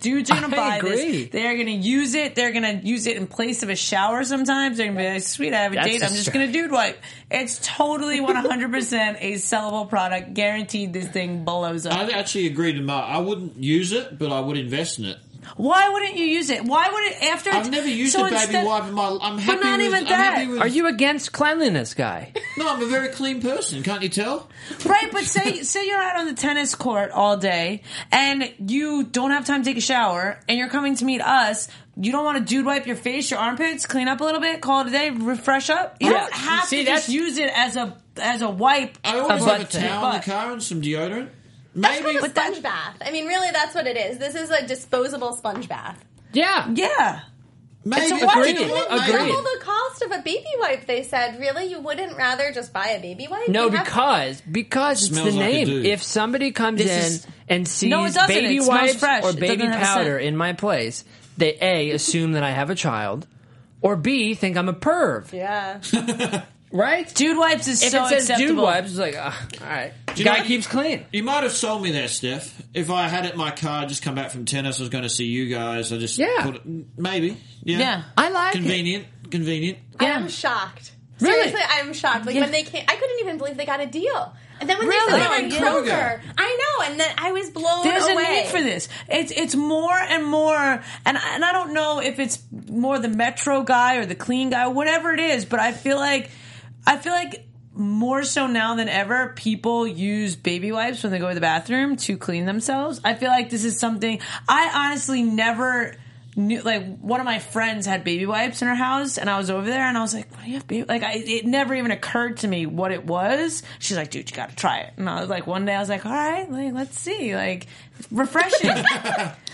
[SPEAKER 1] Dudes are going to
[SPEAKER 3] I
[SPEAKER 1] buy
[SPEAKER 3] agree.
[SPEAKER 1] this. They're going to use it. They're going to use it in place of a shower. Sometimes they're going to be like, "Sweet, I have a
[SPEAKER 3] That's
[SPEAKER 1] date.
[SPEAKER 3] a
[SPEAKER 1] I'm just
[SPEAKER 3] stretch.
[SPEAKER 1] going to dude wipe." It's totally one hundred percent a sellable product. Guaranteed, this thing blows up.
[SPEAKER 4] I actually agree to Mark. I wouldn't use it, but I would invest in it.
[SPEAKER 1] Why wouldn't you use it? Why would it after?
[SPEAKER 4] I've never used
[SPEAKER 1] so
[SPEAKER 4] a baby
[SPEAKER 1] instead-
[SPEAKER 4] wipe in my. I'm happy.
[SPEAKER 1] not
[SPEAKER 4] with,
[SPEAKER 1] even
[SPEAKER 4] I'm
[SPEAKER 1] that.
[SPEAKER 4] happy with-
[SPEAKER 3] Are you against cleanliness, guy?
[SPEAKER 4] No, I'm a very clean person. Can't you tell?
[SPEAKER 1] Right, but say say you're out on the tennis court all day and you don't have time to take a shower and you're coming to meet us. you don't want to dude wipe your face, your armpits, clean up a little bit, call it a day, refresh up. You
[SPEAKER 3] Yeah.
[SPEAKER 1] don't have
[SPEAKER 3] See,
[SPEAKER 1] to just
[SPEAKER 3] that's-
[SPEAKER 1] use it as a as a wipe.
[SPEAKER 4] I always
[SPEAKER 3] butt
[SPEAKER 4] have a
[SPEAKER 3] thing.
[SPEAKER 4] towel in
[SPEAKER 1] Butt.
[SPEAKER 4] the car and some deodorant.
[SPEAKER 2] That's
[SPEAKER 4] Maybe
[SPEAKER 2] called a sponge bath. I mean, really, that's what it is. This is a disposable sponge bath.
[SPEAKER 3] Yeah.
[SPEAKER 1] Yeah.
[SPEAKER 4] maybe
[SPEAKER 1] It's a
[SPEAKER 4] if you
[SPEAKER 1] wipe.
[SPEAKER 4] did it,
[SPEAKER 3] Agreed.
[SPEAKER 4] maybe-
[SPEAKER 3] Agreed.
[SPEAKER 2] Double the cost of a baby wipe, they said. Really, you wouldn't rather just buy a baby wipe?
[SPEAKER 3] No,
[SPEAKER 2] You have-
[SPEAKER 3] because because it's the
[SPEAKER 4] Smells like a
[SPEAKER 3] name.
[SPEAKER 4] dude.
[SPEAKER 3] if somebody comes in
[SPEAKER 1] This is-
[SPEAKER 3] and sees
[SPEAKER 1] No, it doesn't.
[SPEAKER 3] baby
[SPEAKER 1] It smells
[SPEAKER 3] wipes
[SPEAKER 1] fresh.
[SPEAKER 3] or
[SPEAKER 1] It
[SPEAKER 3] baby
[SPEAKER 1] doesn't have a scent.
[SPEAKER 3] powder in my place, they a assume that I have a child, or b think I'm a perv.
[SPEAKER 2] Yeah.
[SPEAKER 3] Right?
[SPEAKER 1] Dude wipes is
[SPEAKER 3] if
[SPEAKER 1] so
[SPEAKER 3] it says
[SPEAKER 1] acceptable.
[SPEAKER 3] dude wipes, it's like ah, all right,
[SPEAKER 4] you
[SPEAKER 3] guy
[SPEAKER 4] know-
[SPEAKER 3] keeps clean.
[SPEAKER 4] You might have sold me there, Steph. If I had it in my car, just come back from tennis, I was going to see you guys. I just
[SPEAKER 3] Yeah.
[SPEAKER 4] put it, maybe, yeah,
[SPEAKER 1] Yeah.
[SPEAKER 3] I like it.
[SPEAKER 4] convenient, convenient.
[SPEAKER 1] Yeah.
[SPEAKER 2] I'm shocked.
[SPEAKER 3] Really?
[SPEAKER 2] Seriously, I'm shocked. Like when they came, I couldn't even believe they got a deal. And then when
[SPEAKER 1] Really?
[SPEAKER 2] they said it
[SPEAKER 1] Oh,
[SPEAKER 2] on
[SPEAKER 4] yeah.
[SPEAKER 2] Kroger, I know, and then I was blown
[SPEAKER 1] There's
[SPEAKER 2] away.
[SPEAKER 1] a need for this. It's it's more and more, and and I don't know if it's more the metro guy or the clean guy, whatever it is. But I feel like I feel like more so now than ever, people use baby wipes when they go to the bathroom to clean themselves. I feel like this is something I honestly never. Knew, like one of my friends had baby wipes in her house, and I was over there, and I was like, "What do you have baby?" Like, I, it never even occurred to me what it was. She's like, "Dude, you got to try it." And I was like, one day I was like, "All right, like let's see, like refreshing."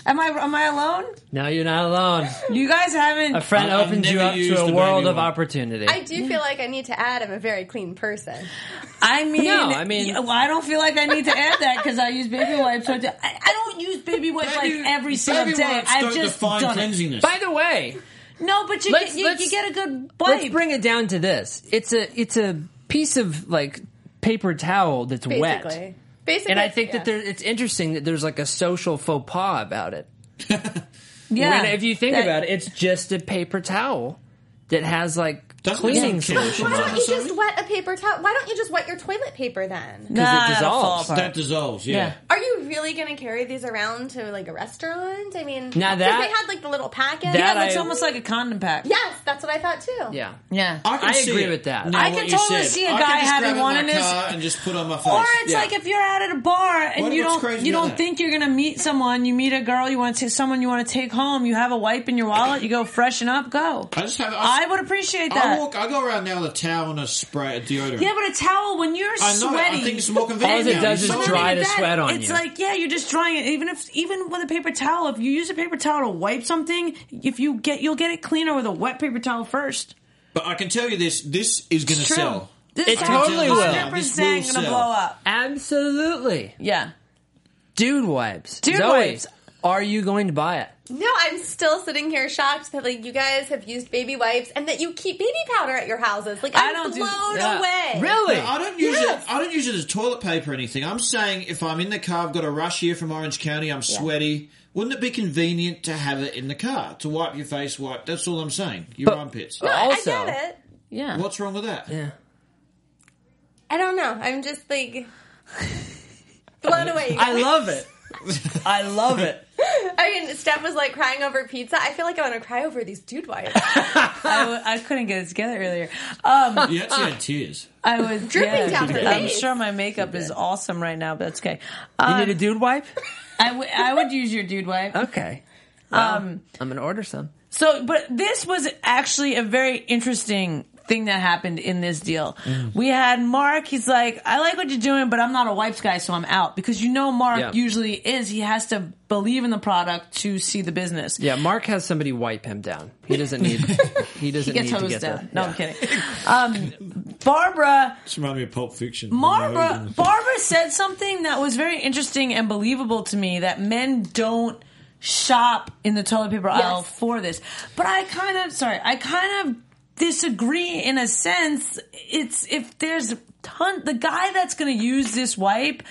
[SPEAKER 1] am I am I alone?
[SPEAKER 3] No, you're not alone.
[SPEAKER 1] You guys haven't.
[SPEAKER 3] A friend
[SPEAKER 4] I- I've
[SPEAKER 3] opens you
[SPEAKER 4] never
[SPEAKER 3] up
[SPEAKER 4] used
[SPEAKER 3] to
[SPEAKER 4] the
[SPEAKER 3] a world
[SPEAKER 4] baby
[SPEAKER 3] of
[SPEAKER 4] one.
[SPEAKER 3] opportunity.
[SPEAKER 2] I do feel like I need to add I'm a very clean person.
[SPEAKER 1] I mean,
[SPEAKER 3] No, I mean-
[SPEAKER 1] yeah, well, I don't feel like I need to add that because I use baby wipes. So I, do- I, I don't use baby wipes
[SPEAKER 4] Maybe-
[SPEAKER 1] like every single
[SPEAKER 4] maybe
[SPEAKER 1] day.
[SPEAKER 4] wipes
[SPEAKER 1] I've
[SPEAKER 4] don't
[SPEAKER 1] just
[SPEAKER 4] define
[SPEAKER 1] done it.
[SPEAKER 4] cleansiness.
[SPEAKER 3] By the way,
[SPEAKER 1] No, but you
[SPEAKER 3] Let's-
[SPEAKER 1] get you,
[SPEAKER 3] let's-
[SPEAKER 1] you get a good
[SPEAKER 3] let's
[SPEAKER 1] wipe.
[SPEAKER 3] bring it down to this. It's a it's a piece of like paper towel that's
[SPEAKER 2] Basically.
[SPEAKER 3] wet.
[SPEAKER 2] Basically.
[SPEAKER 3] And I think that
[SPEAKER 2] yeah.
[SPEAKER 3] there, it's interesting that there's like a social faux pas about it.
[SPEAKER 1] yeah,
[SPEAKER 3] When, if you think
[SPEAKER 1] That-
[SPEAKER 3] about it, it's just a paper towel that has like
[SPEAKER 4] Doesn't
[SPEAKER 3] cleaning
[SPEAKER 4] it sound cute?
[SPEAKER 3] solution.
[SPEAKER 2] Why
[SPEAKER 3] on
[SPEAKER 2] don't
[SPEAKER 3] it.
[SPEAKER 2] you just wet a paper towel? Why don't you just wet your toilet paper then?
[SPEAKER 1] nah,
[SPEAKER 3] it
[SPEAKER 1] it'll fall
[SPEAKER 3] dissolves.
[SPEAKER 1] apart.
[SPEAKER 4] That dissolves, yeah.
[SPEAKER 1] Yeah.
[SPEAKER 2] Are you really going to carry these around to like a restaurant? I mean,
[SPEAKER 3] Now
[SPEAKER 2] 'cause
[SPEAKER 3] that-
[SPEAKER 2] they had like the little packet.
[SPEAKER 3] that
[SPEAKER 1] That looks
[SPEAKER 3] I-
[SPEAKER 1] almost like a condom pack.
[SPEAKER 2] yes, that's what I thought too.
[SPEAKER 3] Yeah.
[SPEAKER 1] yeah.
[SPEAKER 3] I agree with that.
[SPEAKER 4] now
[SPEAKER 1] I
[SPEAKER 4] what
[SPEAKER 1] can
[SPEAKER 4] you
[SPEAKER 1] totally
[SPEAKER 4] said.
[SPEAKER 1] see a
[SPEAKER 4] I can
[SPEAKER 1] guy
[SPEAKER 4] just
[SPEAKER 1] having
[SPEAKER 4] grab it in
[SPEAKER 1] one
[SPEAKER 4] my
[SPEAKER 1] in his-
[SPEAKER 4] car and just put it on my face.
[SPEAKER 1] Or it's
[SPEAKER 4] Yeah.
[SPEAKER 1] like if you're out at a bar and
[SPEAKER 4] What-
[SPEAKER 1] you
[SPEAKER 4] what's
[SPEAKER 1] don't
[SPEAKER 4] crazy
[SPEAKER 1] you
[SPEAKER 4] about
[SPEAKER 1] don't
[SPEAKER 4] that?
[SPEAKER 1] think you're gonna meet someone. You meet a girl you want to someone you want to take home. You have a wipe in your wallet. You go freshen up. Go.
[SPEAKER 4] I just have. I,
[SPEAKER 1] I would appreciate
[SPEAKER 4] I
[SPEAKER 1] that.
[SPEAKER 4] walk. I go around now with a towel and a spray, a deodorant.
[SPEAKER 1] Yeah, but a towel when you're
[SPEAKER 4] I know.
[SPEAKER 1] sweaty.
[SPEAKER 4] I think it's more convenient.
[SPEAKER 3] All it
[SPEAKER 4] now.
[SPEAKER 3] does is
[SPEAKER 4] Someone-
[SPEAKER 3] dry
[SPEAKER 1] Even
[SPEAKER 3] the
[SPEAKER 1] that,
[SPEAKER 3] sweat on
[SPEAKER 1] It's
[SPEAKER 3] you.
[SPEAKER 1] like yeah, you're just drying it. Even if even with a paper towel, if you use a paper towel to wipe something, if you get you'll get it cleaner with a wet paper towel first.
[SPEAKER 4] But I can tell you this: this is going to
[SPEAKER 1] It's true.
[SPEAKER 4] sell.
[SPEAKER 1] This
[SPEAKER 3] It
[SPEAKER 1] is
[SPEAKER 3] totally will.
[SPEAKER 1] 100%
[SPEAKER 4] This will
[SPEAKER 1] gonna
[SPEAKER 4] sell.
[SPEAKER 1] blow up.
[SPEAKER 3] Absolutely.
[SPEAKER 1] Yeah.
[SPEAKER 3] Dude wipes.
[SPEAKER 1] Dude
[SPEAKER 3] Zoe,
[SPEAKER 1] wipes.
[SPEAKER 3] Are you going to buy it?
[SPEAKER 2] No, I'm still sitting here shocked that like you guys have used baby wipes and that you keep baby powder at your houses. Like
[SPEAKER 1] I
[SPEAKER 2] I'm
[SPEAKER 1] don't do-
[SPEAKER 2] blown
[SPEAKER 1] yeah.
[SPEAKER 2] away.
[SPEAKER 3] Really?
[SPEAKER 4] I don't use
[SPEAKER 2] Yes.
[SPEAKER 4] it. I don't use it as toilet paper or anything. I'm saying if I'm in the car, I've got a rush here from Orange County. I'm sweaty. Wouldn't it be convenient to have it in the car to wipe your face? Wipe. That's all I'm saying. Your armpits.
[SPEAKER 3] But also,
[SPEAKER 2] I get it.
[SPEAKER 1] Yeah.
[SPEAKER 4] What's wrong with that?
[SPEAKER 3] Yeah.
[SPEAKER 2] I don't know. I'm just like blown away. you
[SPEAKER 3] I
[SPEAKER 2] guys.
[SPEAKER 3] love it. I love it.
[SPEAKER 2] I mean, Steph was like crying over pizza. I feel like I'm gonna cry over these dude wipes.
[SPEAKER 1] I, w- I couldn't get it together earlier. Um,
[SPEAKER 4] You actually had tears.
[SPEAKER 1] I was
[SPEAKER 2] Dripping
[SPEAKER 1] yeah,
[SPEAKER 2] down her
[SPEAKER 1] I'm
[SPEAKER 2] face.
[SPEAKER 1] sure my makeup is awesome right now, but that's okay.
[SPEAKER 3] You
[SPEAKER 1] Um,
[SPEAKER 3] need a dude wipe?
[SPEAKER 1] I, w- I would use your dude wipe.
[SPEAKER 3] Okay.
[SPEAKER 1] Um,
[SPEAKER 3] I'm going to order some.
[SPEAKER 1] So, but this was actually a very interesting thing that happened in this deal. We had Mark, he's like, I like what you're doing, but I'm not a wipes guy, so I'm out. Because you know, Mark
[SPEAKER 3] Yeah.
[SPEAKER 1] usually is, he has to believe in the product to see the business.
[SPEAKER 3] Yeah, Mark has somebody wipe him down. He doesn't need. He doesn't
[SPEAKER 1] He gets
[SPEAKER 3] need to
[SPEAKER 1] hosed
[SPEAKER 3] get
[SPEAKER 1] down.
[SPEAKER 3] that.
[SPEAKER 1] No, I'm kidding. Um, Barbara,
[SPEAKER 4] This reminds me of Pulp Fiction.
[SPEAKER 1] Barbara, Barbara said something that was very interesting and believable to me that men don't shop in the toilet paper aisle
[SPEAKER 2] Yes.
[SPEAKER 1] for this. But I kind of, sorry, I kind of disagree in a sense. It's if there's ton, the guy that's going to use this wipe.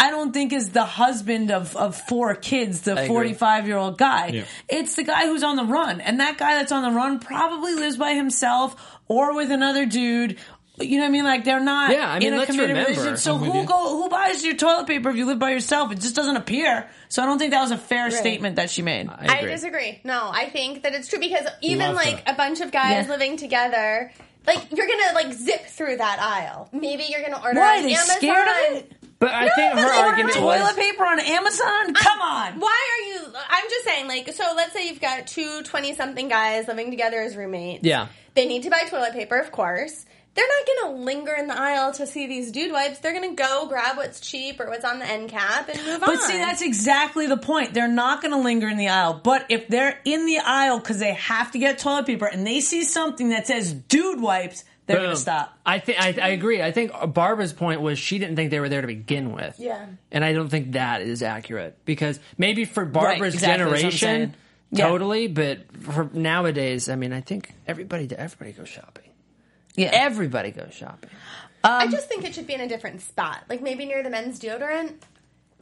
[SPEAKER 1] I don't think is the husband of, of four kids, the
[SPEAKER 3] agree.
[SPEAKER 1] 45 year old guy.
[SPEAKER 4] Yeah.
[SPEAKER 1] It's the guy who's on the run. And that guy that's on the run probably lives by himself or with another dude. You know what I mean? Like they're not
[SPEAKER 3] Yeah, I mean,
[SPEAKER 1] in a
[SPEAKER 3] let's
[SPEAKER 1] committed
[SPEAKER 3] remember-
[SPEAKER 1] relationship. So
[SPEAKER 4] I'm with
[SPEAKER 1] who
[SPEAKER 4] you.
[SPEAKER 1] go who buys your toilet paper if you live by yourself? It just doesn't appear. So I don't think that was a fair statement that she made.
[SPEAKER 3] I
[SPEAKER 2] I
[SPEAKER 3] agree.
[SPEAKER 2] disagree. No, I think that it's true because even
[SPEAKER 4] Love
[SPEAKER 2] like
[SPEAKER 4] that.
[SPEAKER 2] a bunch of guys
[SPEAKER 1] Yeah.
[SPEAKER 2] living together, like you're gonna like zip through that aisle. Maybe you're gonna order
[SPEAKER 1] Why,
[SPEAKER 2] on
[SPEAKER 1] they
[SPEAKER 2] Amazon.
[SPEAKER 1] scared of it?
[SPEAKER 3] But I think her
[SPEAKER 1] Order
[SPEAKER 3] argument
[SPEAKER 1] toilet
[SPEAKER 3] was
[SPEAKER 1] paper on Amazon. Come on.
[SPEAKER 2] Why are you? I'm just saying, like, so let's say you've got two 20 something guys living together as roommates.
[SPEAKER 3] Yeah.
[SPEAKER 2] They need to buy toilet paper, of course. They're not going to linger in the aisle to see these dude wipes. They're going to go grab what's cheap or what's on the end cap and move on.
[SPEAKER 1] But see, that's exactly the point. They're not going to linger in the aisle. But if they're in the aisle because they have to get toilet paper and they see something that says dude wipes, they're going
[SPEAKER 3] Boom.
[SPEAKER 1] to stop.
[SPEAKER 3] I think I I agree. I think Barbara's point was she didn't think they were there to begin with.
[SPEAKER 2] Yeah.
[SPEAKER 3] and I don't think that is accurate because maybe for Barbara's
[SPEAKER 1] exactly, that's what I'm
[SPEAKER 3] generation,
[SPEAKER 1] saying. Yeah.
[SPEAKER 3] totally. But for nowadays, I mean, I think everybody everybody goes shopping.
[SPEAKER 1] Yeah.
[SPEAKER 3] Everybody goes shopping.
[SPEAKER 2] I
[SPEAKER 3] Um,
[SPEAKER 2] just think it should be in a different spot, like maybe near the men's deodorant,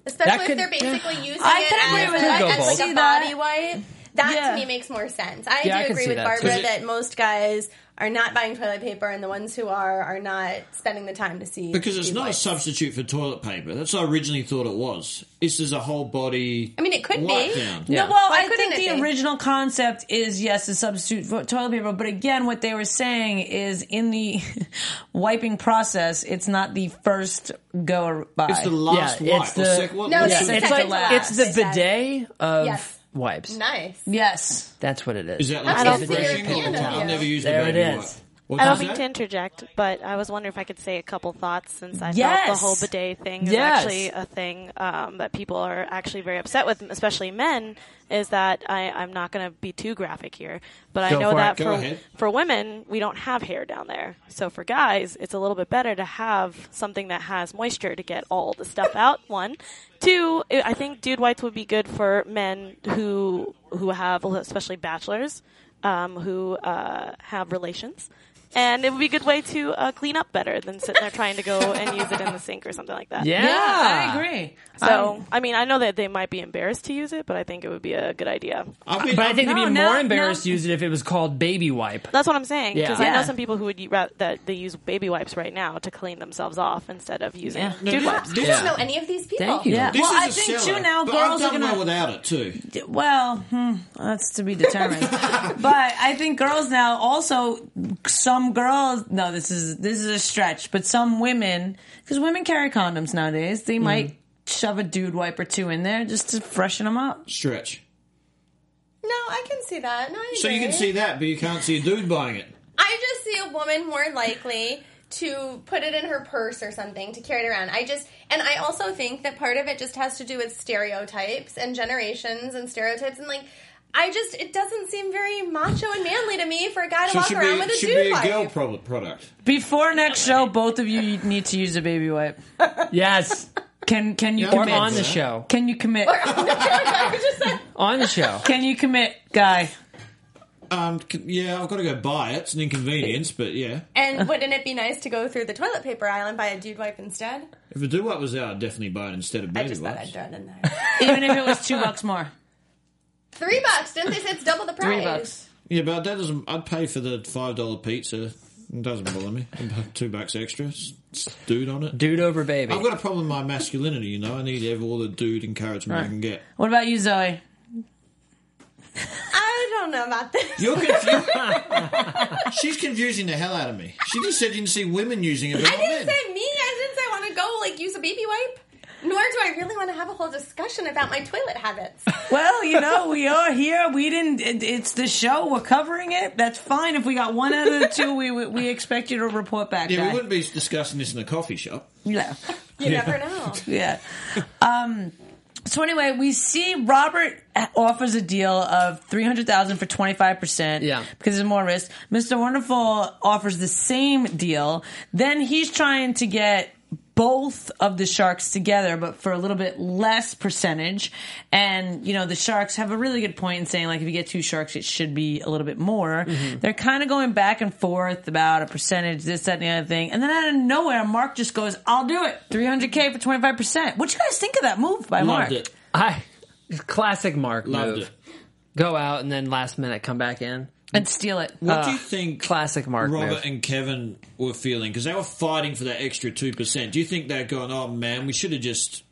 [SPEAKER 3] That
[SPEAKER 2] especially
[SPEAKER 3] could-
[SPEAKER 2] if they're basically using
[SPEAKER 1] I
[SPEAKER 2] it
[SPEAKER 1] can
[SPEAKER 2] as,
[SPEAKER 1] agree with
[SPEAKER 2] a-
[SPEAKER 3] that. I
[SPEAKER 2] as,
[SPEAKER 3] can
[SPEAKER 2] like
[SPEAKER 1] see
[SPEAKER 2] a
[SPEAKER 1] that.
[SPEAKER 2] body wipe. That
[SPEAKER 1] Yeah.
[SPEAKER 2] to me makes more sense. I
[SPEAKER 3] Yeah, I
[SPEAKER 2] do
[SPEAKER 3] can
[SPEAKER 2] agree
[SPEAKER 3] see
[SPEAKER 2] with
[SPEAKER 3] that,
[SPEAKER 2] Barbara
[SPEAKER 4] too.
[SPEAKER 2] that most guys are not buying toilet paper, and the ones who are are not spending the time to see
[SPEAKER 4] Because it's
[SPEAKER 2] these
[SPEAKER 4] not
[SPEAKER 2] wipes.
[SPEAKER 4] a substitute for toilet paper. That's what I originally thought it was. This is a whole body.
[SPEAKER 2] I mean, it could be.
[SPEAKER 4] wipe-down.
[SPEAKER 3] Yeah.
[SPEAKER 1] No, well,
[SPEAKER 2] Why
[SPEAKER 1] I
[SPEAKER 2] couldn't
[SPEAKER 1] think
[SPEAKER 2] it
[SPEAKER 1] the
[SPEAKER 2] be?
[SPEAKER 1] original concept is yes, a substitute for toilet paper. But again, what they were saying is in the wiping process, it's not the first go by.
[SPEAKER 4] It's the last
[SPEAKER 3] Yeah,
[SPEAKER 4] wipe.
[SPEAKER 3] it's
[SPEAKER 4] or
[SPEAKER 3] the-
[SPEAKER 4] sec- what-
[SPEAKER 2] No,
[SPEAKER 4] what's
[SPEAKER 2] it's
[SPEAKER 4] the-
[SPEAKER 2] the
[SPEAKER 3] it's
[SPEAKER 2] second
[SPEAKER 3] like
[SPEAKER 2] to last.
[SPEAKER 3] it's the
[SPEAKER 2] They said.
[SPEAKER 3] bidet of
[SPEAKER 2] Yes.
[SPEAKER 3] wipes.
[SPEAKER 2] nice.
[SPEAKER 1] yes.
[SPEAKER 3] That's what it is.
[SPEAKER 4] Is that like
[SPEAKER 6] I don't think
[SPEAKER 4] refreshing?
[SPEAKER 6] they're
[SPEAKER 4] Or
[SPEAKER 6] Canada.
[SPEAKER 4] I've never used
[SPEAKER 3] There
[SPEAKER 4] a
[SPEAKER 3] it is.
[SPEAKER 4] baby wipe. What
[SPEAKER 6] I don't
[SPEAKER 4] was
[SPEAKER 6] mean
[SPEAKER 4] that?
[SPEAKER 6] to interject, but I was wondering if I could say a couple thoughts since I
[SPEAKER 1] Yes.
[SPEAKER 6] felt the whole bidet thing is
[SPEAKER 3] Yes.
[SPEAKER 6] actually a thing um, that people are actually very upset with, especially men. Is that I, I'm not going to be too graphic here, but
[SPEAKER 3] Go
[SPEAKER 6] I know
[SPEAKER 3] for it.
[SPEAKER 6] that
[SPEAKER 4] Go
[SPEAKER 6] for,
[SPEAKER 4] ahead.
[SPEAKER 6] for women we don't have hair down there, so for guys it's a little bit better to have something that has moisture to get all the stuff out. One, two, I I think dude wipes would be good for men who who have especially bachelors um, who uh, have relations. And it would be a good way to uh, clean up better than sitting there trying to go and use it in the sink or something like that.
[SPEAKER 3] yeah.
[SPEAKER 1] Yeah, I agree.
[SPEAKER 6] So, I mean, I know that they might be embarrassed to use it, but I think it would be a good idea.
[SPEAKER 4] I've been,
[SPEAKER 3] But I think
[SPEAKER 4] I've-
[SPEAKER 3] they'd be
[SPEAKER 1] No, no,
[SPEAKER 3] more embarrassed to
[SPEAKER 1] no.
[SPEAKER 3] use it if it was called baby wipe.
[SPEAKER 6] That's what I'm saying. Because
[SPEAKER 3] Yeah.
[SPEAKER 6] I know
[SPEAKER 1] Yeah.
[SPEAKER 6] some people who would u- ra- that they use baby wipes right now to clean themselves off instead of using
[SPEAKER 1] Yeah.
[SPEAKER 6] dude wipes.
[SPEAKER 2] I don't know any of these people.
[SPEAKER 3] Thank you.
[SPEAKER 1] Yeah.
[SPEAKER 4] This
[SPEAKER 1] well,
[SPEAKER 4] is
[SPEAKER 1] I
[SPEAKER 4] a
[SPEAKER 1] think
[SPEAKER 4] seller,
[SPEAKER 1] too now
[SPEAKER 4] but
[SPEAKER 1] girls
[SPEAKER 4] I've
[SPEAKER 1] are
[SPEAKER 4] done
[SPEAKER 1] gonna
[SPEAKER 4] well without it too.
[SPEAKER 1] Well, hmm, that's to be determined. but I think girls now also some girls. No, this is this is a stretch. But some women, because women carry condoms nowadays, they might shove a dude wipe or two in there just to freshen them up.
[SPEAKER 4] Stretch.
[SPEAKER 2] No, I can see that. No, I
[SPEAKER 4] So you can
[SPEAKER 2] agree.
[SPEAKER 4] see that, but you can't see a dude buying it.
[SPEAKER 2] I just see a woman more likely to put it in her purse or something to carry it around. I just and I also think that part of it just has to do with stereotypes and generations and stereotypes and like I just it doesn't seem very macho and manly to me for a guy to
[SPEAKER 4] So it
[SPEAKER 2] walk
[SPEAKER 4] should
[SPEAKER 2] around
[SPEAKER 4] be
[SPEAKER 2] with a
[SPEAKER 4] should
[SPEAKER 2] dude
[SPEAKER 4] be a girl
[SPEAKER 2] wife.
[SPEAKER 4] pro- product.
[SPEAKER 1] Before next show, both of you need to use a baby wipe.
[SPEAKER 3] Yes.
[SPEAKER 1] Can can you
[SPEAKER 4] Yeah. Or
[SPEAKER 3] Or
[SPEAKER 1] commit?
[SPEAKER 3] on the show.
[SPEAKER 1] Can you commit?
[SPEAKER 2] I just said,
[SPEAKER 3] On the show.
[SPEAKER 1] Can you commit, guy?
[SPEAKER 4] Um, c- yeah, I've got to go buy it. It's an inconvenience, but yeah.
[SPEAKER 2] and wouldn't it be nice to go through the toilet paper aisle and buy a dude wipe instead?
[SPEAKER 4] If a dude wipe was out, I'd definitely buy it instead of
[SPEAKER 2] I
[SPEAKER 4] baby
[SPEAKER 2] just thought I'd
[SPEAKER 4] wipes.
[SPEAKER 2] throw it in there.
[SPEAKER 1] Even if it was two bucks more,
[SPEAKER 2] Three bucks, didn't they say it's double the price?
[SPEAKER 1] three bucks.
[SPEAKER 4] Yeah, but that doesn't. I'd pay for the five dollar pizza. It doesn't bother me. I'd pay Two bucks extra. S- s- Dude on it.
[SPEAKER 3] Dude over baby.
[SPEAKER 4] I've got a problem with my masculinity. You know, I need to have all the dude encouragement I can get.
[SPEAKER 1] What about you, Zoe?
[SPEAKER 2] I don't know about this.
[SPEAKER 4] You're confused. She's confusing the hell out of me. She just said you didn't see women using it, but
[SPEAKER 2] I
[SPEAKER 4] not
[SPEAKER 2] didn't
[SPEAKER 4] men.
[SPEAKER 2] say me. I didn't say I want to go like use a baby wipe. Nor do I really want to have a whole discussion about my toilet habits.
[SPEAKER 1] Well, you know, we are here. We didn't. It, it's the show. We're covering it. That's fine. If we got one out of the two, we we- we expect you to report back.
[SPEAKER 4] Yeah,
[SPEAKER 1] guy.
[SPEAKER 4] we wouldn't be discussing this in a coffee shop.
[SPEAKER 1] Yeah,
[SPEAKER 2] You never know.
[SPEAKER 1] yeah. Um, so anyway, we see Robert offers a deal of three hundred thousand for twenty five percent.
[SPEAKER 3] Yeah.
[SPEAKER 1] because there's more risk. Mister Wonderful offers the same deal. Then he's trying to get. Both of the sharks together, but for a little bit less percentage. And, you know, the sharks have a really good point in saying, like, if you get two sharks, it should be a little bit more.
[SPEAKER 4] Mm-hmm.
[SPEAKER 1] They're kind of going back and forth about a percentage, this, that, and the other thing. And then out of nowhere, Mark just goes, I'll do it. 300K for 25%. What you guys think of that move by Mark?
[SPEAKER 4] Loved it.
[SPEAKER 3] I classic Mark
[SPEAKER 4] Loved
[SPEAKER 3] move.
[SPEAKER 4] it.
[SPEAKER 3] Go out and then last minute come back in.
[SPEAKER 1] And steal it.
[SPEAKER 4] What do you think?
[SPEAKER 3] classic Mark
[SPEAKER 4] Robert
[SPEAKER 3] move.
[SPEAKER 4] and Kevin were feeling because they were fighting for that extra two percent. Do you think they're going? Oh man, we should have just.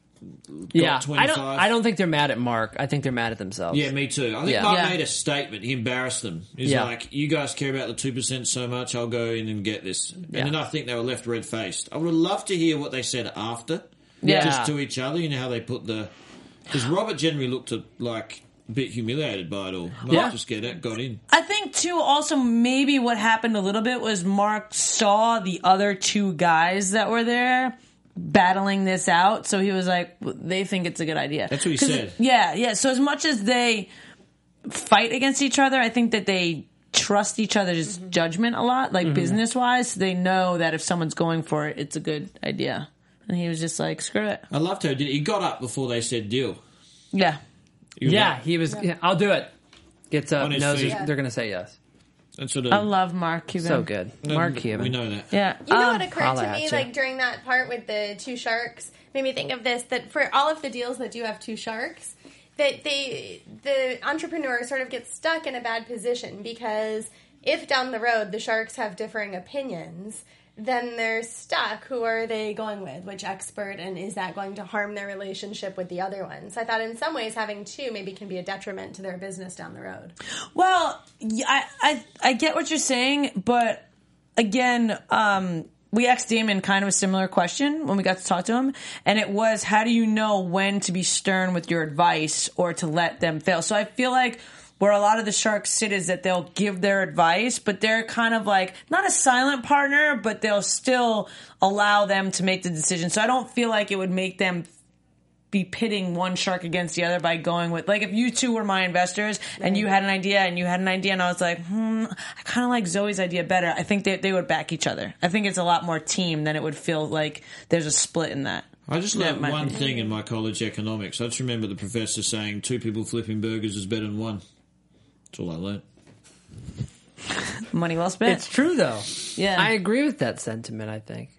[SPEAKER 3] Yeah, I don't.
[SPEAKER 4] 25.
[SPEAKER 3] I don't think they're mad at Mark. I think they're mad at themselves.
[SPEAKER 4] Yeah, me too. I think
[SPEAKER 3] Yeah.
[SPEAKER 4] Mark
[SPEAKER 1] Yeah.
[SPEAKER 4] made a statement. He embarrassed them. He's
[SPEAKER 3] Yeah.
[SPEAKER 4] like, "You guys care about the two percent so much. I'll go in and get this." And
[SPEAKER 3] Yeah.
[SPEAKER 4] then I think they were left red faced. I would love to hear what they said after.
[SPEAKER 3] Yeah.
[SPEAKER 4] just to each other. You know how they put the because Robert generally looked at, like a bit humiliated by it all. Mark
[SPEAKER 3] Yeah.
[SPEAKER 4] just get it, got in.
[SPEAKER 1] I think too. Also, maybe what happened a little bit was Mark saw the other two guys that were there battling this out, so he was like, "They think it's a good idea."
[SPEAKER 4] That's what he
[SPEAKER 1] 'Cause-
[SPEAKER 4] said.
[SPEAKER 1] Yeah, yeah. So as much as they fight against each other, I think that they trust each other's
[SPEAKER 2] Mm-hmm.
[SPEAKER 1] judgment a lot, like
[SPEAKER 4] Mm-hmm.
[SPEAKER 1] business wise. So they know that if someone's going for it, it's a good idea. And he was just like, "Screw it."
[SPEAKER 4] I loved how did he got up before they said deal.
[SPEAKER 1] Yeah.
[SPEAKER 4] He was
[SPEAKER 3] Yeah,
[SPEAKER 4] up
[SPEAKER 3] he was. yeah, I'll do it. Gets up,
[SPEAKER 4] On his
[SPEAKER 3] knows
[SPEAKER 4] feet.
[SPEAKER 3] he's- they're going to say yes.
[SPEAKER 4] and sort of
[SPEAKER 1] I love Mark Cuban.
[SPEAKER 3] So good, Mark
[SPEAKER 4] We
[SPEAKER 3] Cuban.
[SPEAKER 4] know that.
[SPEAKER 1] Yeah.
[SPEAKER 2] You know
[SPEAKER 1] Um,
[SPEAKER 2] what occurred
[SPEAKER 3] holla
[SPEAKER 2] to me,
[SPEAKER 3] at ya.
[SPEAKER 2] like during that part with the two sharks, made me think of this: that for all of the deals that do have two sharks, that they the entrepreneur sort of gets stuck in a bad position because if down the road the sharks have differing opinions. Then they're stuck. Who are they going with? Which expert? And is that going to harm their relationship with the other one? So I thought, in some ways, having two maybe can be a detriment to their business down the road.
[SPEAKER 1] Well, y- I, I I get what you're saying, but again, um, we asked Damon kind of a similar question when we got to talk to him, and it was how do you know when to be stern with your advice or to let them fail? So I feel like where a lot of the sharks sit is that they'll give their advice, but they're kind of like not a silent partner, but they'll still allow them to make the decision. So I don't feel like it would make them be pitting one shark against the other by going with like if you two were my investors and you had an idea and you had an idea and I was like, hmm, I kind of like Zoe's idea better. I think they they would back each other. I think it's a lot more team than it would feel like there's a split in that.
[SPEAKER 4] I just
[SPEAKER 1] Yeah,
[SPEAKER 4] learned
[SPEAKER 1] my-
[SPEAKER 4] one thing in my college economics. I just remember the professor saying two people flipping burgers is better than one. That's all I learned.
[SPEAKER 1] Money well spent.
[SPEAKER 3] It's true though.
[SPEAKER 1] yeah,
[SPEAKER 3] I agree with that sentiment. I think.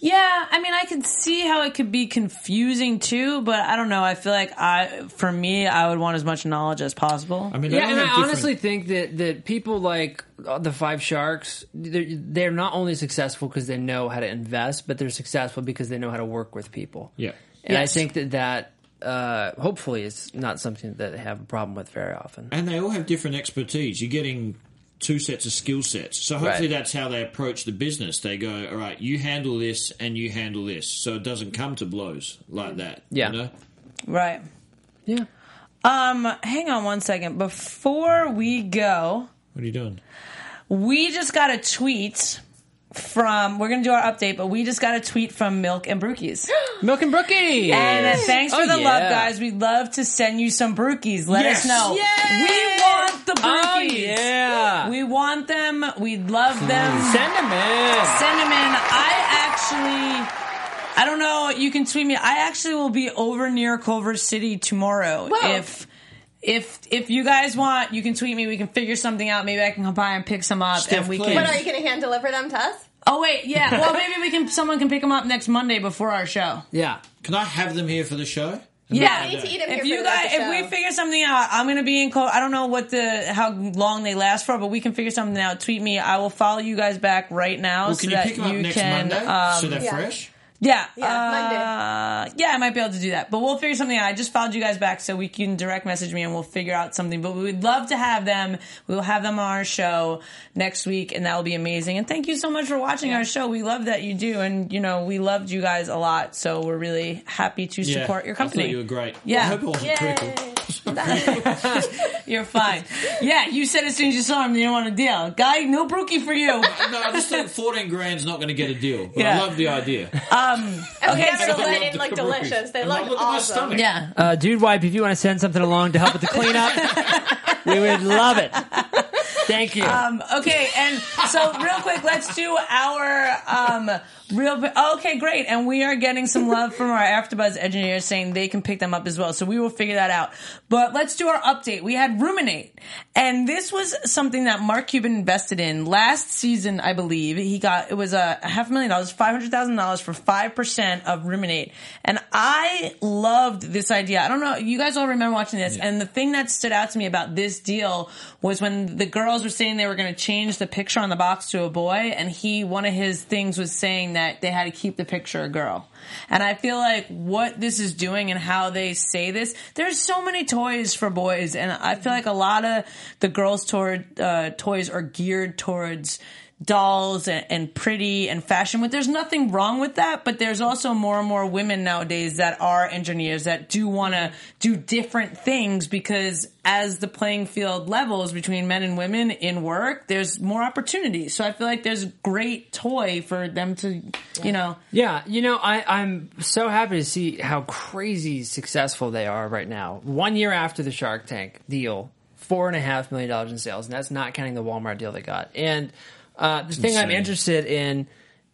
[SPEAKER 1] yeah. I mean, I can see how it could be confusing too, but I don't know. I feel like I, for me, I would want as much knowledge as possible.
[SPEAKER 4] I mean, they
[SPEAKER 3] Yeah,
[SPEAKER 4] all
[SPEAKER 3] and I
[SPEAKER 4] have different-
[SPEAKER 3] honestly think that that people like uh, the Five Sharks, they're, they're not only successful because they know how to invest, but they're successful because they know how to work with people.
[SPEAKER 4] yeah.
[SPEAKER 3] and I
[SPEAKER 1] Yes.
[SPEAKER 3] think that that uh, hopefully is not something that they have a problem with very often.
[SPEAKER 4] And they all have different expertise. You're getting two sets of skill sets. So hopefully
[SPEAKER 3] Right.
[SPEAKER 4] that's how they approach the business. They go, all right, you handle this and you handle this. So it doesn't come to blows like that.
[SPEAKER 3] Yeah.
[SPEAKER 4] You know?
[SPEAKER 1] right.
[SPEAKER 3] Yeah,
[SPEAKER 1] Um, hang on one second before we go.
[SPEAKER 4] What are you doing?
[SPEAKER 1] We just got a tweet from. We're gonna do our update, but we just got a tweet from Milk and Brookies.
[SPEAKER 3] Milk and Brookie.
[SPEAKER 1] And uh, thanks for
[SPEAKER 3] Oh,
[SPEAKER 1] the
[SPEAKER 3] yeah.
[SPEAKER 1] love, guys. We'd love to send you some Brookies. Let
[SPEAKER 4] Yes.
[SPEAKER 1] us know. We want the
[SPEAKER 3] Oh
[SPEAKER 1] Brookies.
[SPEAKER 3] yeah, Hmm.
[SPEAKER 1] We want them. We love them.
[SPEAKER 3] send them in.
[SPEAKER 1] Send them in. I actually. I don't know. You can tweet me. I actually will be over near Culver City tomorrow.
[SPEAKER 2] Whoa.
[SPEAKER 1] If if if you guys want, you can tweet me. We can figure something out. Maybe I can come by and pick some up,
[SPEAKER 4] Steph,
[SPEAKER 1] and we
[SPEAKER 4] please.
[SPEAKER 1] can.
[SPEAKER 2] What are you going to hand deliver them to us?
[SPEAKER 1] Oh wait, yeah. Well, maybe we can. Someone can pick them up next Monday before our show.
[SPEAKER 3] Yeah,
[SPEAKER 4] Can I have them here for the show?
[SPEAKER 1] Yeah.
[SPEAKER 2] We need to eat them
[SPEAKER 1] If you
[SPEAKER 2] here for the rest
[SPEAKER 1] guys,
[SPEAKER 2] of the
[SPEAKER 1] if we
[SPEAKER 2] show.
[SPEAKER 1] figure something out, I'm gonna be in. Co- I don't know what the how long they last for, but we can figure something out. Tweet me. I will follow you guys back right now
[SPEAKER 4] Well,
[SPEAKER 1] so
[SPEAKER 4] can you
[SPEAKER 1] that
[SPEAKER 4] pick them up
[SPEAKER 1] you
[SPEAKER 4] next
[SPEAKER 1] can.
[SPEAKER 4] Monday
[SPEAKER 1] Um,
[SPEAKER 4] so they're
[SPEAKER 2] Yeah.
[SPEAKER 4] fresh?
[SPEAKER 1] yeah,
[SPEAKER 2] Yeah,
[SPEAKER 1] uh, yeah, I might be able to do that, but we'll figure something out. I just followed you guys back, so we can direct message me and we'll figure out something. But we would love to have them. We will have them on our show next week, and that will be amazing. And thank you so much for watching our show. We love that you do, and you know we loved you guys a lot, so we're really happy to support your
[SPEAKER 4] I thought
[SPEAKER 1] company.
[SPEAKER 4] you were great.
[SPEAKER 1] Yeah.
[SPEAKER 4] I hope I wasn't critical.
[SPEAKER 1] You're fine. Yeah, you said as soon as you saw him, you didn't want a deal. Guy, no brookie for you.
[SPEAKER 4] No, I just think 14 grand's not going to get a deal. But
[SPEAKER 1] Yeah.
[SPEAKER 4] I love the idea.
[SPEAKER 2] Okay,
[SPEAKER 1] Okay,
[SPEAKER 2] so
[SPEAKER 1] so
[SPEAKER 2] they
[SPEAKER 1] let-
[SPEAKER 2] didn't look
[SPEAKER 4] Look at my
[SPEAKER 2] delicious. They
[SPEAKER 4] stomach.
[SPEAKER 2] looked
[SPEAKER 4] Look at my
[SPEAKER 2] awesome.
[SPEAKER 4] stomach.
[SPEAKER 1] Yeah.
[SPEAKER 3] uh, dude, wipe. If you want to send something along to help with the cleanup, we would love it. Thank you.
[SPEAKER 1] Um, okay, and so real quick, let's do our um, real. Okay, great. And we are getting some love from our AfterBuzz engineers saying they can pick them up as well. So we will figure that out. But let's do our update. We had ruminate, and this was something that Mark Cuban invested in last season, I believe. He got it was uh, a half a million dollars, five hundred thousand dollars for five percent of ruminate, and I loved this idea. I don't know, you guys all remember watching this, and the thing that stood out to me about this deal was when the girls were saying they were going to change the picture on the box to a boy, and he, one of his things was saying that they had to keep the picture a girl. And I feel like what this is doing and how they say this, there's so many toys for boys, and I feel like a lot of the girls' toward, uh, toys are geared towards dolls and, and pretty and fashion with. There's nothing wrong with that, but there's also more and more women nowadays that are engineers that do want to do different things because as the playing field levels between men and women in work, there's more opportunities. So I feel like there's great toy for them to, you know.
[SPEAKER 3] Yeah, you know, I, I'm so happy to see how crazy successful they are right now. One year after the Shark Tank deal, four and a half million dollars in sales, and that's not counting the Walmart deal they got. And uh, the thing I'm
[SPEAKER 4] insane.
[SPEAKER 3] interested in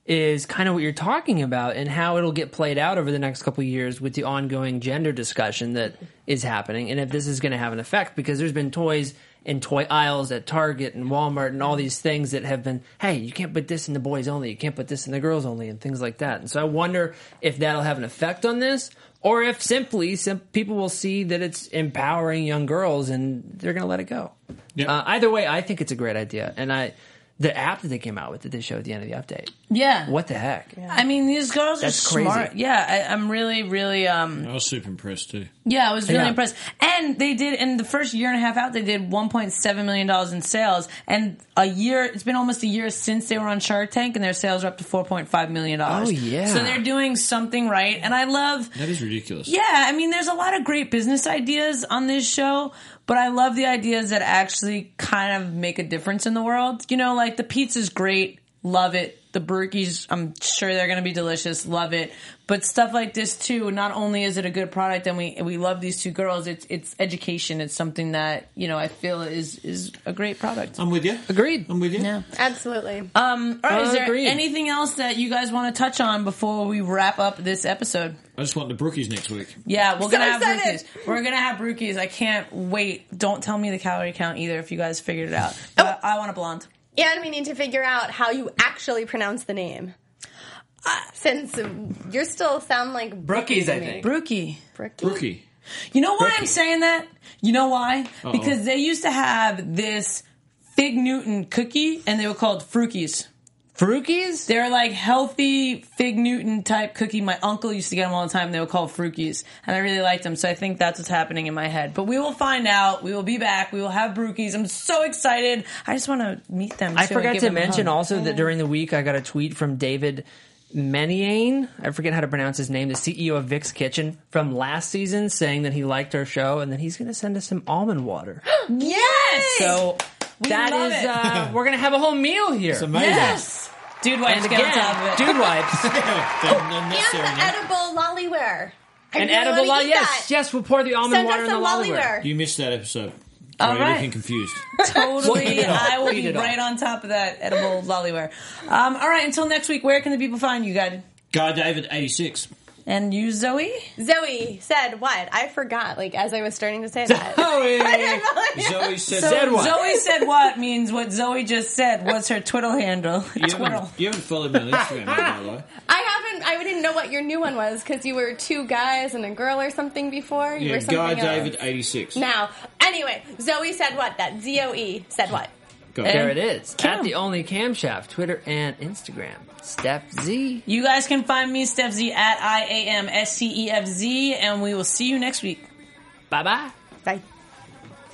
[SPEAKER 3] is kind of what you're talking about and how it'll get played out over the next couple of years with the ongoing gender discussion that is happening, and if this is going to have an effect because there's been toys. And toy aisles at Target and Walmart and all these things that have been, hey, you can't put this in the boys only, you can't put this in the girls only, and things like that. And so I wonder if that'll have an effect on this, or if simply some people will see that it's empowering young girls and they're going to let it go.
[SPEAKER 4] Yeah.
[SPEAKER 3] Uh, either way, I think it's a great idea, and I the app that they came out with that they showed at the end of the update.
[SPEAKER 1] Yeah.
[SPEAKER 3] What the heck?
[SPEAKER 1] I mean, these girls
[SPEAKER 3] That's
[SPEAKER 1] are
[SPEAKER 3] crazy.
[SPEAKER 1] smart. Yeah, I, I'm really, really, um,
[SPEAKER 4] I was super impressed too.
[SPEAKER 1] yeah, I was really
[SPEAKER 3] Yeah.
[SPEAKER 1] impressed. And they did in the first year and a half out, they did 1.7 million dollars in sales, and a year. It's been almost a year since they were on Shark Tank, and their sales are up to 4.5 million dollars.
[SPEAKER 3] Oh, yeah.
[SPEAKER 1] So they're doing something right, and I love.
[SPEAKER 4] That is ridiculous.
[SPEAKER 1] Yeah, I mean, there's a lot of great business ideas on this show, but I love the ideas that actually kind of make a difference in the world. You know, like the pizza's great, love it. The burkies, I'm sure they're going to be delicious, love it. But stuff like this too. Not only is it a good product, and we we love these two girls. It's it's education. It's something that you know I feel is is a great product.
[SPEAKER 4] I'm with you.
[SPEAKER 3] Agreed.
[SPEAKER 4] I'm with you.
[SPEAKER 1] Yeah.
[SPEAKER 2] Absolutely.
[SPEAKER 3] Uh,
[SPEAKER 1] Um, All right, is there
[SPEAKER 3] Agreed.
[SPEAKER 1] anything else that you guys want to touch on before we wrap up this episode?
[SPEAKER 4] I just want the brookies next week.
[SPEAKER 1] Yeah, we're gonna have
[SPEAKER 2] excited.
[SPEAKER 1] rookies. We're gonna have rookies. I can't wait. Don't tell me the calorie count either if you guys figured it out. But I want a blonde.
[SPEAKER 2] and we need to figure out how you actually pronounce the name.
[SPEAKER 3] Uh,
[SPEAKER 2] Since you're still sound like
[SPEAKER 3] Brookies, I
[SPEAKER 2] to me.
[SPEAKER 1] Brookie.
[SPEAKER 2] Brookie.
[SPEAKER 4] Brookie.
[SPEAKER 1] You know why I'm saying that? You know why? Because they used to have this Fig Newton cookie and they were called Frukies.
[SPEAKER 3] Frukies?
[SPEAKER 1] They're like healthy Fig Newton type cookie. My uncle used to get them all the time. They were called Frukies. And I really liked them. So I think that's what's happening in my head. But we will find out. We will be back. We will have Brookies. I'm so excited. I just want to meet them.
[SPEAKER 3] I
[SPEAKER 1] too and
[SPEAKER 3] forgot
[SPEAKER 1] give
[SPEAKER 3] to
[SPEAKER 1] them a hug.
[SPEAKER 3] mention also that during the week I got a tweet from David Menyain. I forget how to pronounce his name, the CEO of Vic's Kitchen from last season, saying that he liked our show and that he's going to send us some almond water.
[SPEAKER 1] Yes.
[SPEAKER 3] So that
[SPEAKER 1] love
[SPEAKER 3] is,
[SPEAKER 1] it.
[SPEAKER 3] uh, we're going to have a whole meal here.
[SPEAKER 4] It's amazing.
[SPEAKER 1] yes. Oh, Dude, why
[SPEAKER 3] And
[SPEAKER 1] just get on top
[SPEAKER 3] again,
[SPEAKER 1] of it?
[SPEAKER 3] dude wipes.
[SPEAKER 4] Yeah, they're
[SPEAKER 2] And
[SPEAKER 4] unnecessary
[SPEAKER 2] the
[SPEAKER 4] now.
[SPEAKER 2] edible lollyware. I
[SPEAKER 3] An
[SPEAKER 2] really
[SPEAKER 3] edible
[SPEAKER 2] wanna
[SPEAKER 3] lolly.
[SPEAKER 2] eat
[SPEAKER 3] Yes,
[SPEAKER 2] that.
[SPEAKER 3] yes, we'll pour the almond
[SPEAKER 2] Send
[SPEAKER 3] water
[SPEAKER 2] us
[SPEAKER 3] in the
[SPEAKER 2] a
[SPEAKER 3] lollyware.
[SPEAKER 2] lollyware.
[SPEAKER 4] You missed that episode.
[SPEAKER 1] All
[SPEAKER 4] Sorry, you're
[SPEAKER 1] right.
[SPEAKER 4] looking confused.
[SPEAKER 1] Totally. I will
[SPEAKER 3] Eat
[SPEAKER 1] be
[SPEAKER 3] it all.
[SPEAKER 1] right on top of that edible lollyware. Um, all right. Until next week, where can the people find you, guys?
[SPEAKER 4] Guy David, 86.
[SPEAKER 1] And you, Zoe?
[SPEAKER 2] Zoe said what? I forgot, like, as I was starting to say that.
[SPEAKER 4] Zoe said
[SPEAKER 1] So
[SPEAKER 4] that.
[SPEAKER 3] what?
[SPEAKER 1] Zoe said what means what Zoe just said was her twiddle handle.
[SPEAKER 4] You
[SPEAKER 1] Twiddle.
[SPEAKER 4] haven't, you haven't followed me on Instagram, by the way.
[SPEAKER 2] I haven't, I didn't know what your new one was because you were two guys and a girl or something before. You
[SPEAKER 4] Yeah,
[SPEAKER 2] were something
[SPEAKER 4] Guy
[SPEAKER 2] else.
[SPEAKER 4] David, 86.
[SPEAKER 2] Now, anyway, Zoe said what? That Z O E said what?
[SPEAKER 4] Go.
[SPEAKER 3] There it is. At the only camshaft, Twitter and Instagram. Step Z.
[SPEAKER 1] You guys can find me, Steph Z, at I A M S C E F Z, and we will see you next week.
[SPEAKER 3] Bye bye.
[SPEAKER 2] Bye.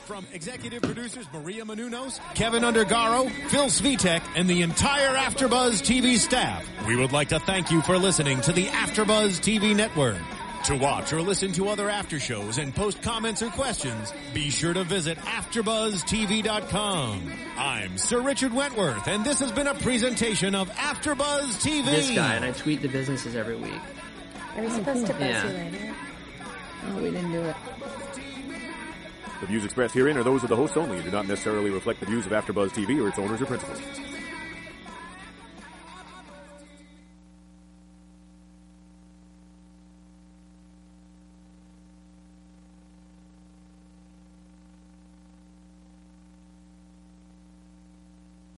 [SPEAKER 7] From executive producers Maria Manunos, Kevin Undergaro, Phil Svitek, and the entire Afterbuzz TV staff, we would like to thank you for listening to the Afterbuzz TV network. To watch or listen to other after shows and post comments or questions, be sure to visit AfterbuzzTV.com. I'm Sir Richard Wentworth, and this has been a presentation of Afterbuzz TV.
[SPEAKER 3] This guy, and I tweet the businesses every week.
[SPEAKER 2] Are we supposed to buzz
[SPEAKER 3] Yeah.
[SPEAKER 2] you later?
[SPEAKER 8] The views expressed herein are those of the host only and do not necessarily reflect the views of AfterBuzz TV or its owners or principals.